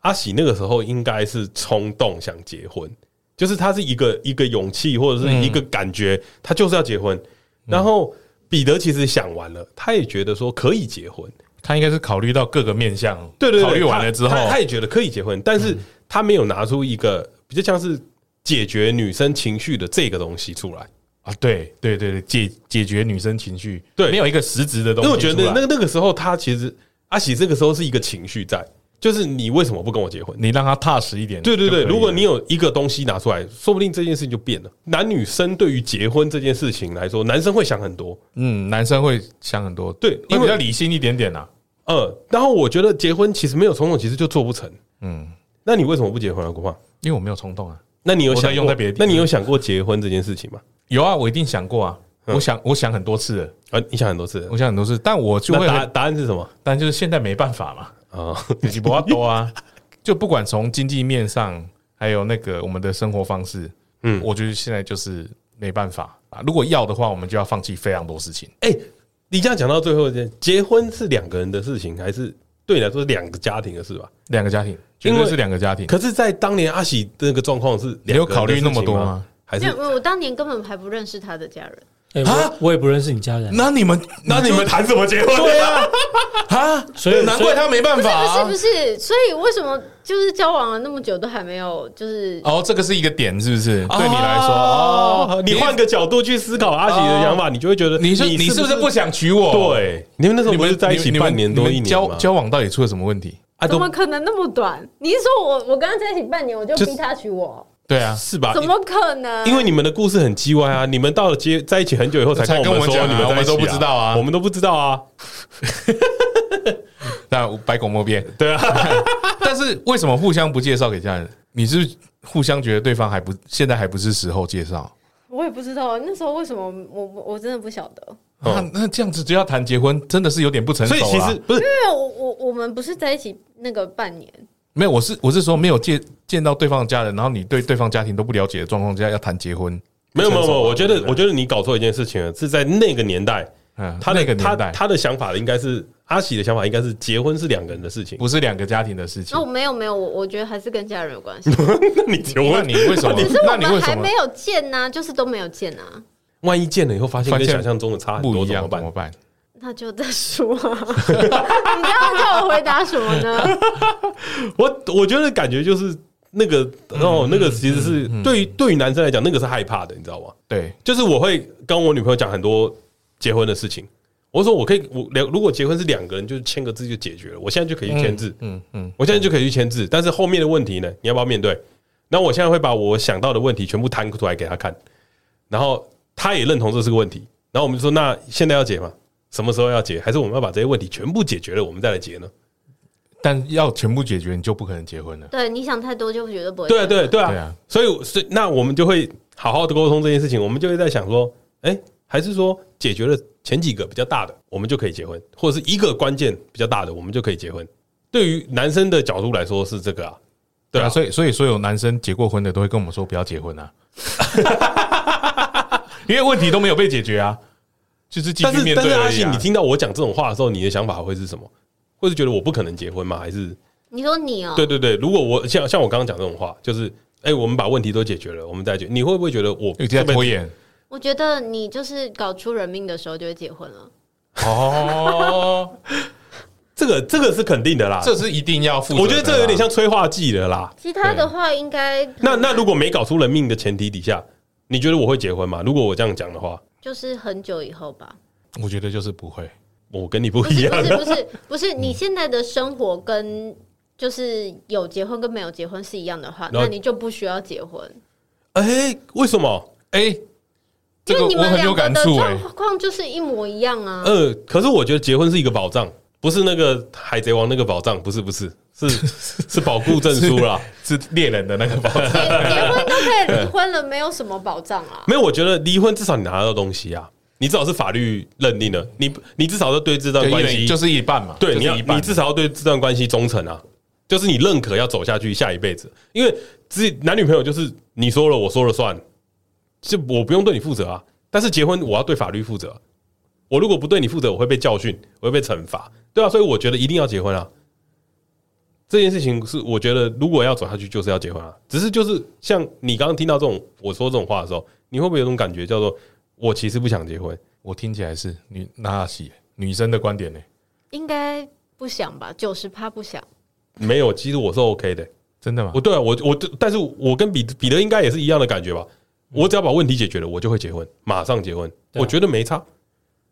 C: 阿喜那个时候应该是冲动想结婚，就是他是一个一个勇气或者是一个感觉，他就是要结婚。然后彼得其实想完了，他也觉得说可以结婚，
D: 他应该是考虑到各个面向，
C: 对对对，
D: 考虑完了之后嗯
C: 他，他他也觉得可以结婚，但是他没有拿出一个比较像是解决女生情绪的这个东西出来。
D: 啊，对对对对，解解决女生情绪，
C: 对
D: 没有一个实质的东
C: 因
D: 西
C: 为
D: 出
C: 我
D: 来。
C: 觉得那个那个时候，他其实阿喜这个时候是一个情绪在，就是你为什么不跟我结婚？
D: 你让他踏实一点就
C: 对
D: 可以
C: 对
D: 了，
C: 对，如果你有一个东西拿出来，说不定这件事情就变了。男女生对于结婚这件事情来说，男生会想很多，
D: 嗯，男生会想很多，
C: 对因
D: 因
C: 为
D: 为比较理性一点啊点啦、
C: 呃，然后我觉得结婚其实没有冲动，其实就做不成。
D: 嗯，
C: 那你为什么不结婚啊，郭胖？
D: 因为我没有冲动啊，
C: 那你有想
D: 我在用在
C: 过
D: 别的地
C: 那
D: 方
C: 你有想过结婚这件事情吗？
D: 有啊，我一定想过啊，
C: 嗯
D: 我想我想很多次了，
C: 啊，你想很多次了，
D: 我想很多次，但我就
C: 那
D: 会
C: 答
D: 很，哦
C: 答案是什么
D: 但就是现在没办法 嘛，
C: 啊？
D: 自己不要多啊，就不管从经济面上，还有那个我们的生活方式，
C: 嗯
D: 嗯，我觉得现在就是没办法啊，如果要的话，我们就要放弃非常多事情。
C: 哎、你这样讲到最后一件，结婚是两个人的事情，还是对你来说是两个家庭的事吧？
D: 两个家庭，绝
C: 因为
D: 对是两个家庭。
C: 可是，在当年阿喜的那个状况是
D: 嗯你
C: 两个人的
D: 有考虑那么
C: 事情
D: 多
C: 吗
D: 吗？
C: 还是
B: 因为我当年根本还不认识他的家人，
A: 哎、我我也不认识你家人，
D: 那你们， 那你们谈什么结婚？对啊， 啊，
A: 所以
D: 难怪他没办
B: 不
D: 法啊、
B: 是不是，所以为什么就是交往了那么久都还没有，就是
D: 哦，这个是一个点，是不是？对你来说，
C: 哦
D: 哦，
C: 你换个角度去思考阿喜的想法，你就会觉得
D: 你是你是不是不想娶我？，
C: 对？你们那时候
D: 你
C: 不是
D: 们
C: 在一起
D: 你们
C: 半年多
D: 你
C: 一
D: 们
C: 年
D: 交
C: 吗？
D: 交往到底出了什么问题？
C: 啊，
B: 怎
C: 都
B: 么可能那么短？你是说我我跟他在一起半年我就
C: 就
B: 逼他娶我？
D: 对啊，
C: 是吧？
B: 怎么可能？
C: 因为你们的故事很叽歪啊！你们到了结在一起很久以后才
D: 才
C: 跟
D: 跟
C: 我
D: 我
C: 们
D: 们
C: 说
D: 讲啊
C: 你们在一起
D: 我们都不知道啊
C: 我们都不知道啊。
D: 那百口莫 辩。
C: 对啊，
D: 但是为什么互相不介绍给家人？你是不是互相觉得对方还不现在还不是时候介绍？
B: 我也不知道那时候为什么我我我真的不晓得，
D: 那那这样子就要谈结婚，真的是有点不成熟
C: 嗯所
D: 啊
C: 以其实不是
B: 因为我我我们不是在一起那个半年，
D: 没有，我是我是说没有见见到对方的家人，然后你对对方家庭都不了解的状况之下要谈结婚，
C: 没有没有没有，我觉得
D: 对
C: 我觉得你搞错一件事情了，是在那个年代，
D: 嗯，
C: 他
D: 他
C: 的
D: 那个
C: 他
D: 年代
C: 他的想法应该是阿喜的想法应该是结婚是两个人的事情。
D: 不是两个家庭的事情
B: 那、我。哦没有没有，我我觉得还是跟家人有关系。
C: 那你结
D: 那
C: 婚
D: 你为什么
B: 只是？我
D: 那你为
B: 们还
D: 什么
B: 没有见呐、就是都没有见啊呐、
C: 万一见了以后发现跟
D: 发现
C: 想象中的差很
D: 不
C: 多
D: 一
C: 怎么
D: 样？怎
C: 办
D: 么？办？
B: 那就再说、啊。 你这样叫我回答什么呢？
C: 我我觉得感觉就是那个
D: 嗯
C: 哦，那个其实是对于对于男生来讲，那个是害怕的，你知道吗？
D: 对，
C: 就是我会跟我女朋友讲很多结婚的事情，我说我可以，我两如果结婚是两个人，就是签个字就解决了，我现在就可以去签字，
D: 嗯嗯，
C: 我现在就可以去签字，但是后面的问题呢，你要不要面对？那我现在会把我想到的问题全部摊出来给他看，然后他也认同这是个问题，然后我们就说那现在要结吗？什么时候要结？还是我们要把这些问题全部解决了，我们再来结呢？
D: 但要全部解决，你就不可能结婚了。
B: 对，你想太多就绝对不会。
C: 对对对啊，
D: 对啊
C: 所以所以那我们就会好好的沟通这件事情，我们就会在想说，哎、还是说解决了前几个比较大的，我们就可以结婚，或者是一个关键比较大的，我们就可以结婚。对于男生的角度来说是这个啊，对啊，
D: 啊，
C: 所
D: 所
C: 以
D: 以所以所有男生结过婚的都会跟我们说不要结婚啊， 因为问题都没有被解决啊，就是继
C: 但
D: 续
C: 是
D: 面
C: 但
D: 对
C: 是阿
D: 而已
C: 信，
D: 啊
C: 你。听到我讲这种话的时候，你的想法会是什么？或是觉得我不可能结婚吗？还是
B: 你说你哦、
C: 对对对，如果我像像我刚刚讲这种话，就是哎、我们把问题都解决了，我们再解，你会不会觉得我
D: 有在拖延
B: 我觉得你就是搞出人命的时候就会结婚了。
D: 哦，
C: 这个这个是肯定的啦，
D: 这是一定要负责的啦。
C: 我觉得这有点像催化剂的啦。
B: 其他的话应该
C: 那那如果没搞出人命的前提底下，你觉得我会结婚吗？如果我这样讲的话，
B: 就是很久以后吧。
D: 我觉得就是不会，
C: 我跟你不
B: 不
C: 一
B: 是
C: 样啊
B: 不。是不是不是，你现在的生活跟就是有结婚跟没有结婚是一样的话，
C: 然后
B: 那你就不需要结婚，
C: 哎、为什么？
D: 哎，这
B: 因为
D: 个
B: 你
D: 我
B: 们
D: 很有
B: 两个
D: 感
B: 的
D: 触哎
B: 状，况就是一模一样啊。
C: 呃，可是我觉得结婚是一个保障，不是那个海贼王那个保障，不是不是， 是是保护证书啦。
D: 是猎人的那 个包。
B: 结结婚都可以离婚了，没有什么保障啊。
C: 没有，我觉得离婚至少你拿到东西啊，你至少是法律认定的，你你至少要对这段
D: 对
C: 关
D: 一人
C: 系，
D: 就是一半嘛，
C: 对，
D: 就
C: 你要
D: 是一半
C: 你至少要对这段关系忠诚啊，就是你认可要走下去下一辈子，因为只男女朋友就是你说了我说了算，就我不用对你负责啊，但是结婚我要对法律负责，我如果不对你负责，我会被教训，我会被惩罚，对啊，所以我觉得一定要结婚啊。这件事情是我觉得，如果要走下去，就是要结婚啊。只是就是像你刚刚听到这种我说这种话的时候，你会不会有种感觉，叫做我其实不想结婚？
D: 我听起来是女那喜女生的观点呢、
B: 应该不想吧，九十趴不想。
C: 没有，其实我是 OK 的、
D: 真的吗
C: 我？对啊，我我但是我跟彼彼得应该也是一样的感觉吧？我只要把问题解决了，我就会结婚，马上结婚，
A: 对啊
C: 我觉得没差。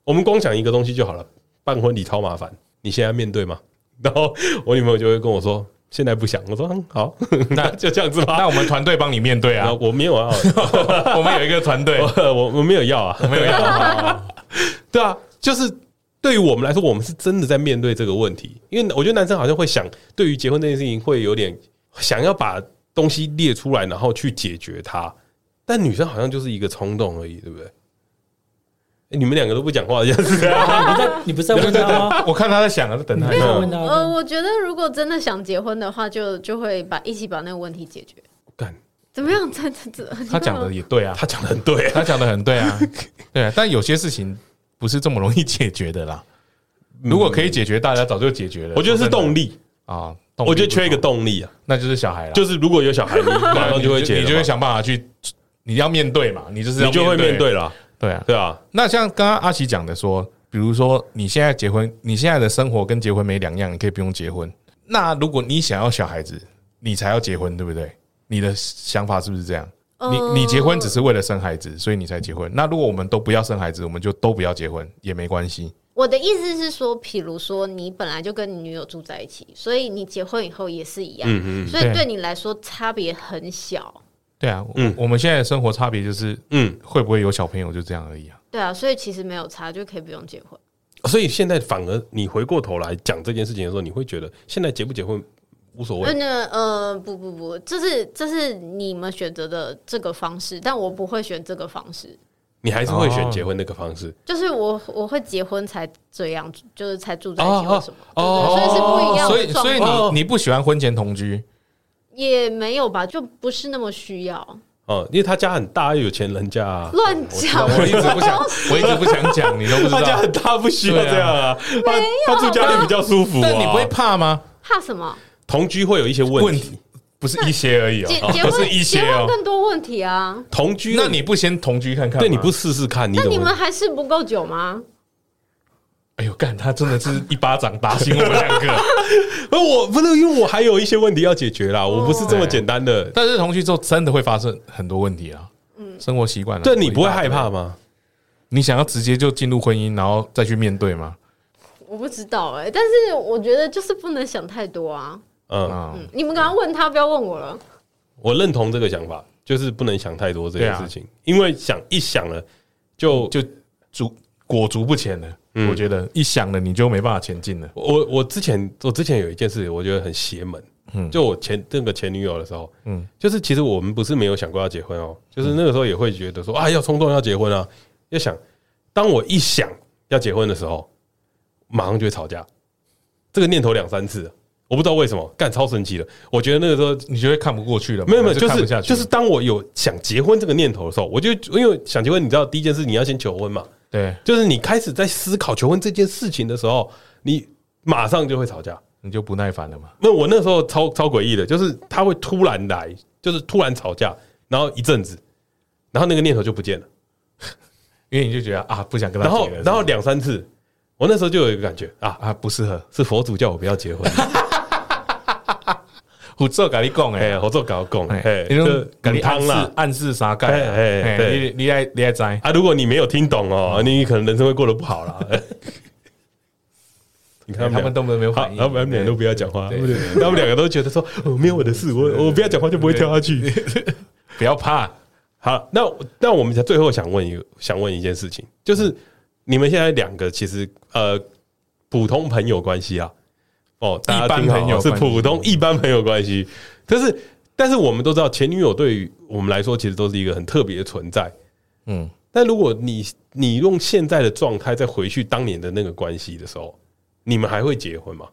C: 我们光讲一个东西就好了，办婚礼超麻烦，你现在面对吗？然后我女朋友就会跟我说，现在不想。我说嗯好， 那就这样子吧。
D: 那我们团队帮你面对
C: 然
D: 啊
C: 后，我没有啊，
D: 我们有一个团 队，
C: 我我我没有要啊，
D: 我们有一个，
C: 对啊，就是对于我们来说，我们是真的在面对这个问题，因为我觉得男生好像会想，对于结婚这件事情会有点想要把东西列出来，然后去解决它，但女生好像就是一个冲动而已，对不对？诶你们两个都不讲话，这样子
A: 哎你在你不是在问他 吗？
D: 我看他在想啊，在等他
A: 你。在问他
B: 呃，
A: 吗？
B: 我觉得如果真的想结婚的话，就就会把一起把那个问题解决。
C: 干，
B: 怎么样？这这这，
D: 他讲的也对啊，
C: 他讲的很对、啊，
D: 他讲的很对 啊，对啊。但有些事情不是这么容易解决的啦。如果可以解决，大家早就解决了。
C: 嗯我觉得是动力，
D: 啊，动力
C: 我觉得缺一个动力啊，
D: 不足，那就是小孩了。
C: 就是如果有小孩，你马上就会解了嘛，
D: 你就会想办法去，你要面对嘛，你就是要
C: 你就会面对了啊，
D: 对啊。
C: 对啊，
D: 那像刚刚阿奇讲的说，比如说你现在结婚，你现在的生活跟结婚没两样，你可以不用结婚。那如果你想要小孩子，你才要结婚，对不对？你的想法是不是这样？
B: 呃
D: 你你结婚只是为了生孩子，所以你才结婚。那如果我们都不要生孩子，我们就都不要结婚也没关系。
B: 我的意思是说，譬如说你本来就跟你女友住在一起，所以你结婚以后也是一样，
C: 嗯嗯
B: 所以
D: 对
B: 对你来说差别很小。
D: 对啊，
C: 嗯
D: 我我们现在的生活差别就是
C: 嗯，
D: 会不会有小朋友，就这样而已啊。
B: 对啊，所以其实没有差，就可以不用结婚。
C: 所以现在反而你回过头来讲这件事情的时候，你会觉得现在结不结婚无所谓
D: 嗯
B: 那，那呃，不不不，这是这是你们选择的这个方式，但我不会选这个方式。
C: 你还是会选结婚那个方式。
B: 就是我我会结婚才这样，就是才住在一起
C: 哦
B: 或什么，对对对所以是不一样
D: 所
B: 的
D: 以所
B: 状
D: 以
B: 况，
C: 哦
D: 你你不喜欢婚前同居，
B: 也没有吧，就不是那么需要。
C: 哦、因为他家很大，又有钱人家、啊，
B: 乱讲，
D: 我一直不想，我一直不想讲，你都不知
C: 他家
D: 道
C: 很。大，不需要
D: 对啊
C: 这样啊。他他住家里比较舒服、啊，
D: 但你不会怕吗？
B: 怕什么？
C: 同居会有一些问
D: 问
C: 题。
D: 题不是一些而已
B: 结
D: 哦，
B: 结
D: 不是
B: 婚
D: 一
B: 结
D: 些
B: 婚
D: 哦。
B: 更多问题啊！
C: 同居，
D: 那你不先同居看看吗？
C: 对你不试试看，你
B: 那
C: 怎
B: 你
C: 么
B: 们
C: 会？
B: 还是不够久吗？
D: 哎呦，干他真的是一巴掌打醒我们两个。
C: 而呃我不是因为我还有一些问题要解决
D: 哦
C: 啦，我不是这么简单的。
D: 但是同居之后真的会发生很多问题啊，嗯，生活习惯啊。
C: 但你不会害
D: 一大
C: 怕
D: 堆？
C: 吗？
D: 你想要直接就进入婚姻，然后再去面对吗？
B: 我不知道哎、但是我觉得就是不能想太多啊。
C: 嗯，
D: 啊，
B: 嗯，你们刚刚问他，不要问我了。
C: 我认同这个想法，就是不能想太多这件
D: 啊
C: 事情，因为想一想了就
D: 就足裹足不前了。
C: 嗯
D: 我觉得一想了你就没办法前进了。
C: 我我之前我之前有一件事，我觉得很邪门。
D: 嗯
C: 就我前那个前女友的时候，
D: 嗯
C: 嗯，就是其实我们不是没有想过要结婚哦，就是那个时候也会觉得说啊，要冲动要结婚啊，要想。当我一想要结婚的时候，马上就会吵架，这个念头两三次，我不知道为什么，干超神奇的。我觉得那个时候
D: 你就会看不过去了嘛，
C: 没有没有，
D: 还
C: 就
D: 看
C: 是
D: 不下去
C: 就是当我有想结婚这个念头的时候，我就因为想结婚，你知道第一件事你要先求婚嘛，
D: 对，
C: 就是你开始在思考求婚这件事情的时候，你马上就会吵架。
D: 你就不耐烦了嘛？
C: 那我那时候超超诡异的，就是他会突然来，就是突然吵架，然后一阵子，然后那个念头就不见了，
D: 因为你就觉得啊，不想跟他
C: 然
D: 结了
C: 后
D: 是不是
C: 然后两三次，我那时候就有一个感觉啊，
D: 啊不适合，
C: 是佛祖叫我不要结婚，
D: 我这跟你讲
C: 哎，
D: 哎，
C: 佛祖搞拱，哎
D: 哎，，你
C: 就
D: 种跟你暗
C: 汤啦
D: 示。暗示啥概啊？
C: 哎哎
D: 哎，
C: 对
D: 你你爱你爱摘，
C: 啊，如果你没有听懂哦，你可能人生会过得不好 啦。你看
D: 哎他
C: 俩
D: 们都没有没有
C: 好
D: 反，应，
C: 他们两个都不
D: 要。
C: 要讲话，
D: 对
C: 对不对？他们两个都觉得说， 哦，没有我的事，我我不要讲话就不会跳下去。
D: 不要怕，
C: 好，那我那我们最后想问一个，想问一件事情，就是你们现在两个其实呃，普通朋友关系啊，哦，大家
D: 一般
C: 听好
D: 朋友
C: 哦是
D: 关系
C: 普通一般朋友关系，但是但是我们都知道，前女友对于我们来说，其实都是一个很特别的存在。
D: 嗯，
C: 但如果你你用现在的状态再回去当年的那个关系的时候，你们还会结婚吗？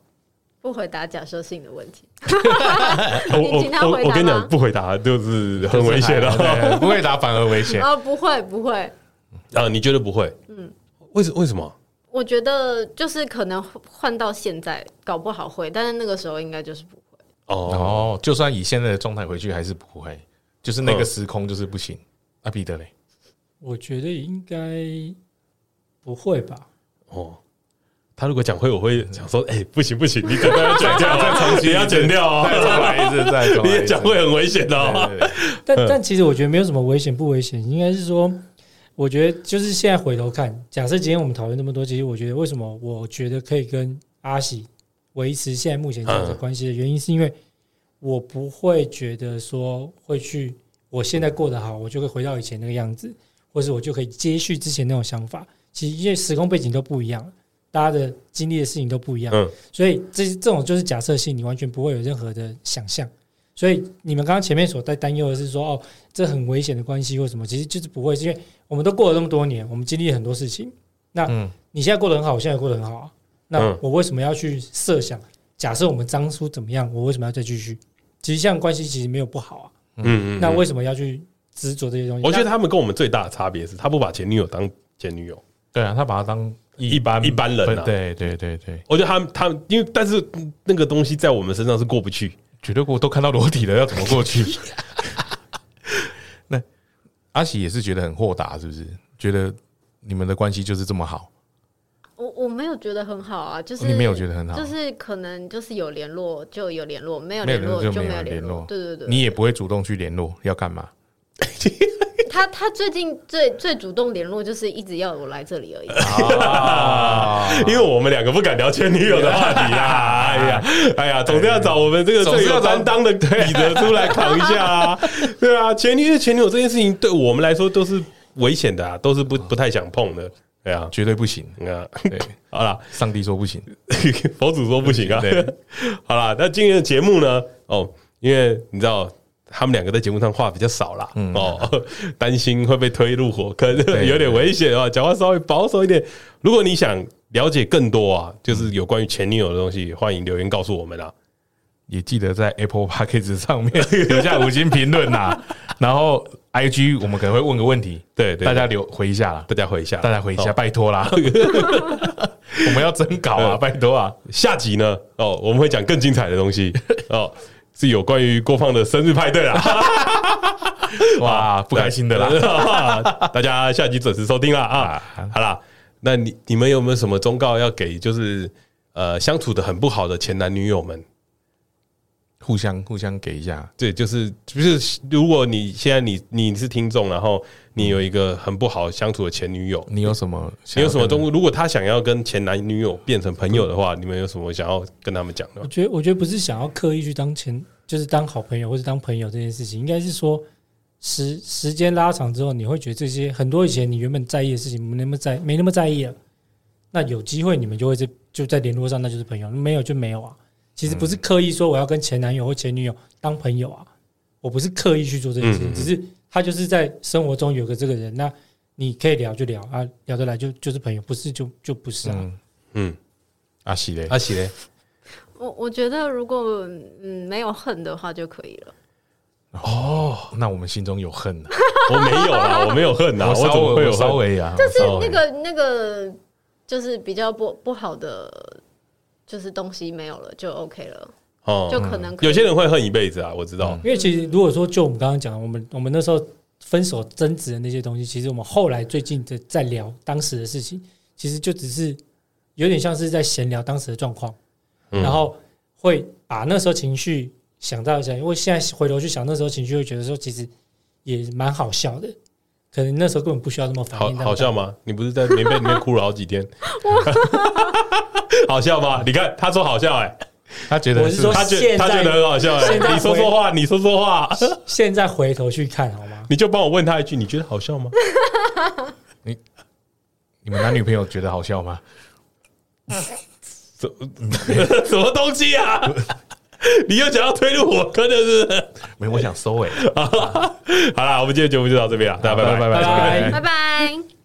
B: 不回答假设性的问题。
C: 我
B: 你请他
C: 我
B: 回答
C: 我我跟你讲，
B: 吗
C: 不回答就是 很危险哦的
D: 就是还对不会打反而危险。
B: 啊，不会不会，
C: 啊！你觉得不会？嗯，为什为什么？
B: 我觉得就是可能换到现在，搞不好会，但是那个时候应该就是不会。
C: 哦，
D: 哦，就算以现在的状态回去，还是不会，就是
C: 嗯
D: 那个时空就是不行。啊，彼得嘞，
A: 我觉得应该不会吧？
C: 哦，他如果讲会，我会讲说，哎、不行不行，你真的要剪掉，
D: 再重新
C: 你要剪掉哦，
D: 再重来一次，再重
C: 你
D: 来一
C: 也
D: 次。
C: 讲会很危险的、
D: 对
C: 哦。
D: 对对
A: 但但其实我觉得没有什么危险不危险，应该是说，我觉得就是现在回头看，假设今天我们讨论那么多，其实我觉得为什么我觉得可以跟阿喜维持现在目前这样的关系的原因，是因为我不会觉得说会去我现在过得好，我就会回到以前那个样子，或是我就可以接续之前那种想法。其实因为时空背景都不一样，大家的经历的事情都不一样，
C: 嗯
A: 所以这这种就是假设性，你完全不会有任何的想象。所以你们刚刚前面所在担忧的是说，哦，这很危险的关系或什么，其实就是不会，是因为我们都过了那么多年，我们经历了很多事情。那
D: 嗯
A: 你现在过得很好，我现在也过得很好啊。那
C: 嗯
A: 我为什么要去设想？假设我们当初怎么样，我为什么要再继续？其实这样关系其实没有不好啊。
C: 嗯嗯，
A: 那为什么要去执着这些东西？
C: 我觉得他们跟我们最大的差别是，他不把前女友当前女友，
D: 对啊，他把他当
C: 一般一般人啊。
D: 对对对对，
C: 我觉得他们他们，因为但是嗯那个东西在我们身上是过不去，
D: 绝对我都看到裸体了，要怎么过去？ 那阿喜也是觉得很豁达，是不是？觉得你们的关系就是这么好，
B: 我我没有觉得很好啊，就是
D: 哦你没有觉得很好
B: 就，是可能就是有联络就有联络，没有
D: 没有
B: 联络
D: 联络就
B: 没
D: 没有
B: 联
D: 联络
B: 对对对，
D: 你也不会主动去联络，要干嘛？
B: 他他最近最最主动联络就是一直要我来这里而已。
D: 啊，
C: 因为我们两个不敢聊前女友的话题 啦。哎呀，哎呀，总是要找我们这个
D: 总
C: 最
D: 是要
C: 有
D: 找
C: 担当的彼得出来扛一下 啊。对啊，前女友前女友这件事情对我们来说都是危险的啊，都是不不太想碰的。对啊，
D: 绝对不 行。
C: 嗯啊，
D: 对，
C: 好啦，
D: 上帝说不行，
C: 佛祖说不行啊
D: 对。
C: 好啦，那今天的节目呢？哦，因为你知道。他们两个在节目上话比较少啦，哦， 担心会被推入火坑，
D: 嗯对
C: 有点危险啊，讲话稍微保守一点。如果你想了解更多啊，就是有关于前女友的东西，欢迎留言告诉我们啦。啊
D: 也记得在 Apple p a c k a g e 上面 留下五星评论呐。然后 IG 我们可能会问个问题，
C: 对对
D: 大家留回一下啦，
C: 大家回一下，
D: 大家回一下，
C: 哦
D: 拜托 啦，我们要征稿啊，拜托啊。
C: 下集呢，哦，我们会讲更精彩的 东西哦，是有关于郭胖的生日派对啦，
D: 哇， 不开心的啦。
C: 啦， 大家下集准时收听啦啊，好啦，那你你们有没有什么忠告要给，就是呃相处的很不好的前男女友们？
D: 互相互相给一下，
C: 对，就是就是，如果你现在你你是听众，然后你有一个很不好相处的前女友，
D: 你有什么？
C: 你有什么
D: 东？
C: 中？如果他想要跟前男女友变成朋友的
D: 嗯
C: 话，你们有什么想要跟他们讲的
A: 我
C: 吗？
A: 觉得，我觉得不是想要刻意去当前，就是当好朋友或者当朋友这件事情，应该是说时时间拉长之后，你会觉得这些很多以前你原本在意的事情，没那么在没那么在意了。那有机会你们就会在就在联络上，那就是朋友；没有就没有啊。其实不是
C: 嗯
A: 刻意说我要跟前男友或前女友当朋友啊，我不是刻意去做这件事
C: 嗯
A: 情，
C: 嗯嗯
A: 只是他就是在生活中有个这个人，那你可以聊就聊啊，聊得来就就是朋友，不是就就不是啊。
D: 嗯，
C: 嗯，
D: 阿喜嘞，
C: 阿喜嘞，
B: 我我觉得如果嗯没有恨的话就可以了。
D: 那我们心中有恨啊，
C: 我没有啦，我没有恨呐，
D: 我
C: 哦我怎
D: 稍
C: 么会
D: 微
C: 有
D: 我稍
C: 恨？
D: 微啊，
B: 但是
C: 哦
B: 那个那个就是比较不不好的就是东西没有了就 OK 了，
C: 哦
B: 就可能可以
C: 有些人会恨一辈子啊，我知道
D: 嗯。
A: 因为其实如果说就我们刚刚讲的，我们我们那时候分手争执的那些东西，其实我们后来最近的在聊当时的事情，其实就只是有点像是在闲聊当时的状况，
C: 嗯
A: 然后会把那时候情绪想到一下，因为现在回头去想那时候情绪，会觉得说其实也蛮好笑的，可能那时候根本不需要那么反
C: 好
A: 应。
C: 好笑？吗？你不是在棉 被里面哭了好几天？ 好笑吗？你看他说好笑哎、
D: 他觉得
A: 我是说
C: 他觉
A: 现
C: 他觉
A: 在
C: 得很好笑哎、
A: 现在
C: 你说
A: 回
C: 说话，你说说话，
A: 现在回头去看好吗？
C: 你就帮我问他一句，你觉得好笑吗？
D: 你们男女朋友觉得好笑吗？
C: 什什么东西啊？ 你又想要推入火坑的是不是？
D: 没有，我想收尾。
C: 好啦，我们今天节目就到这边了，大家拜拜
D: 拜
A: 拜拜
B: 拜拜。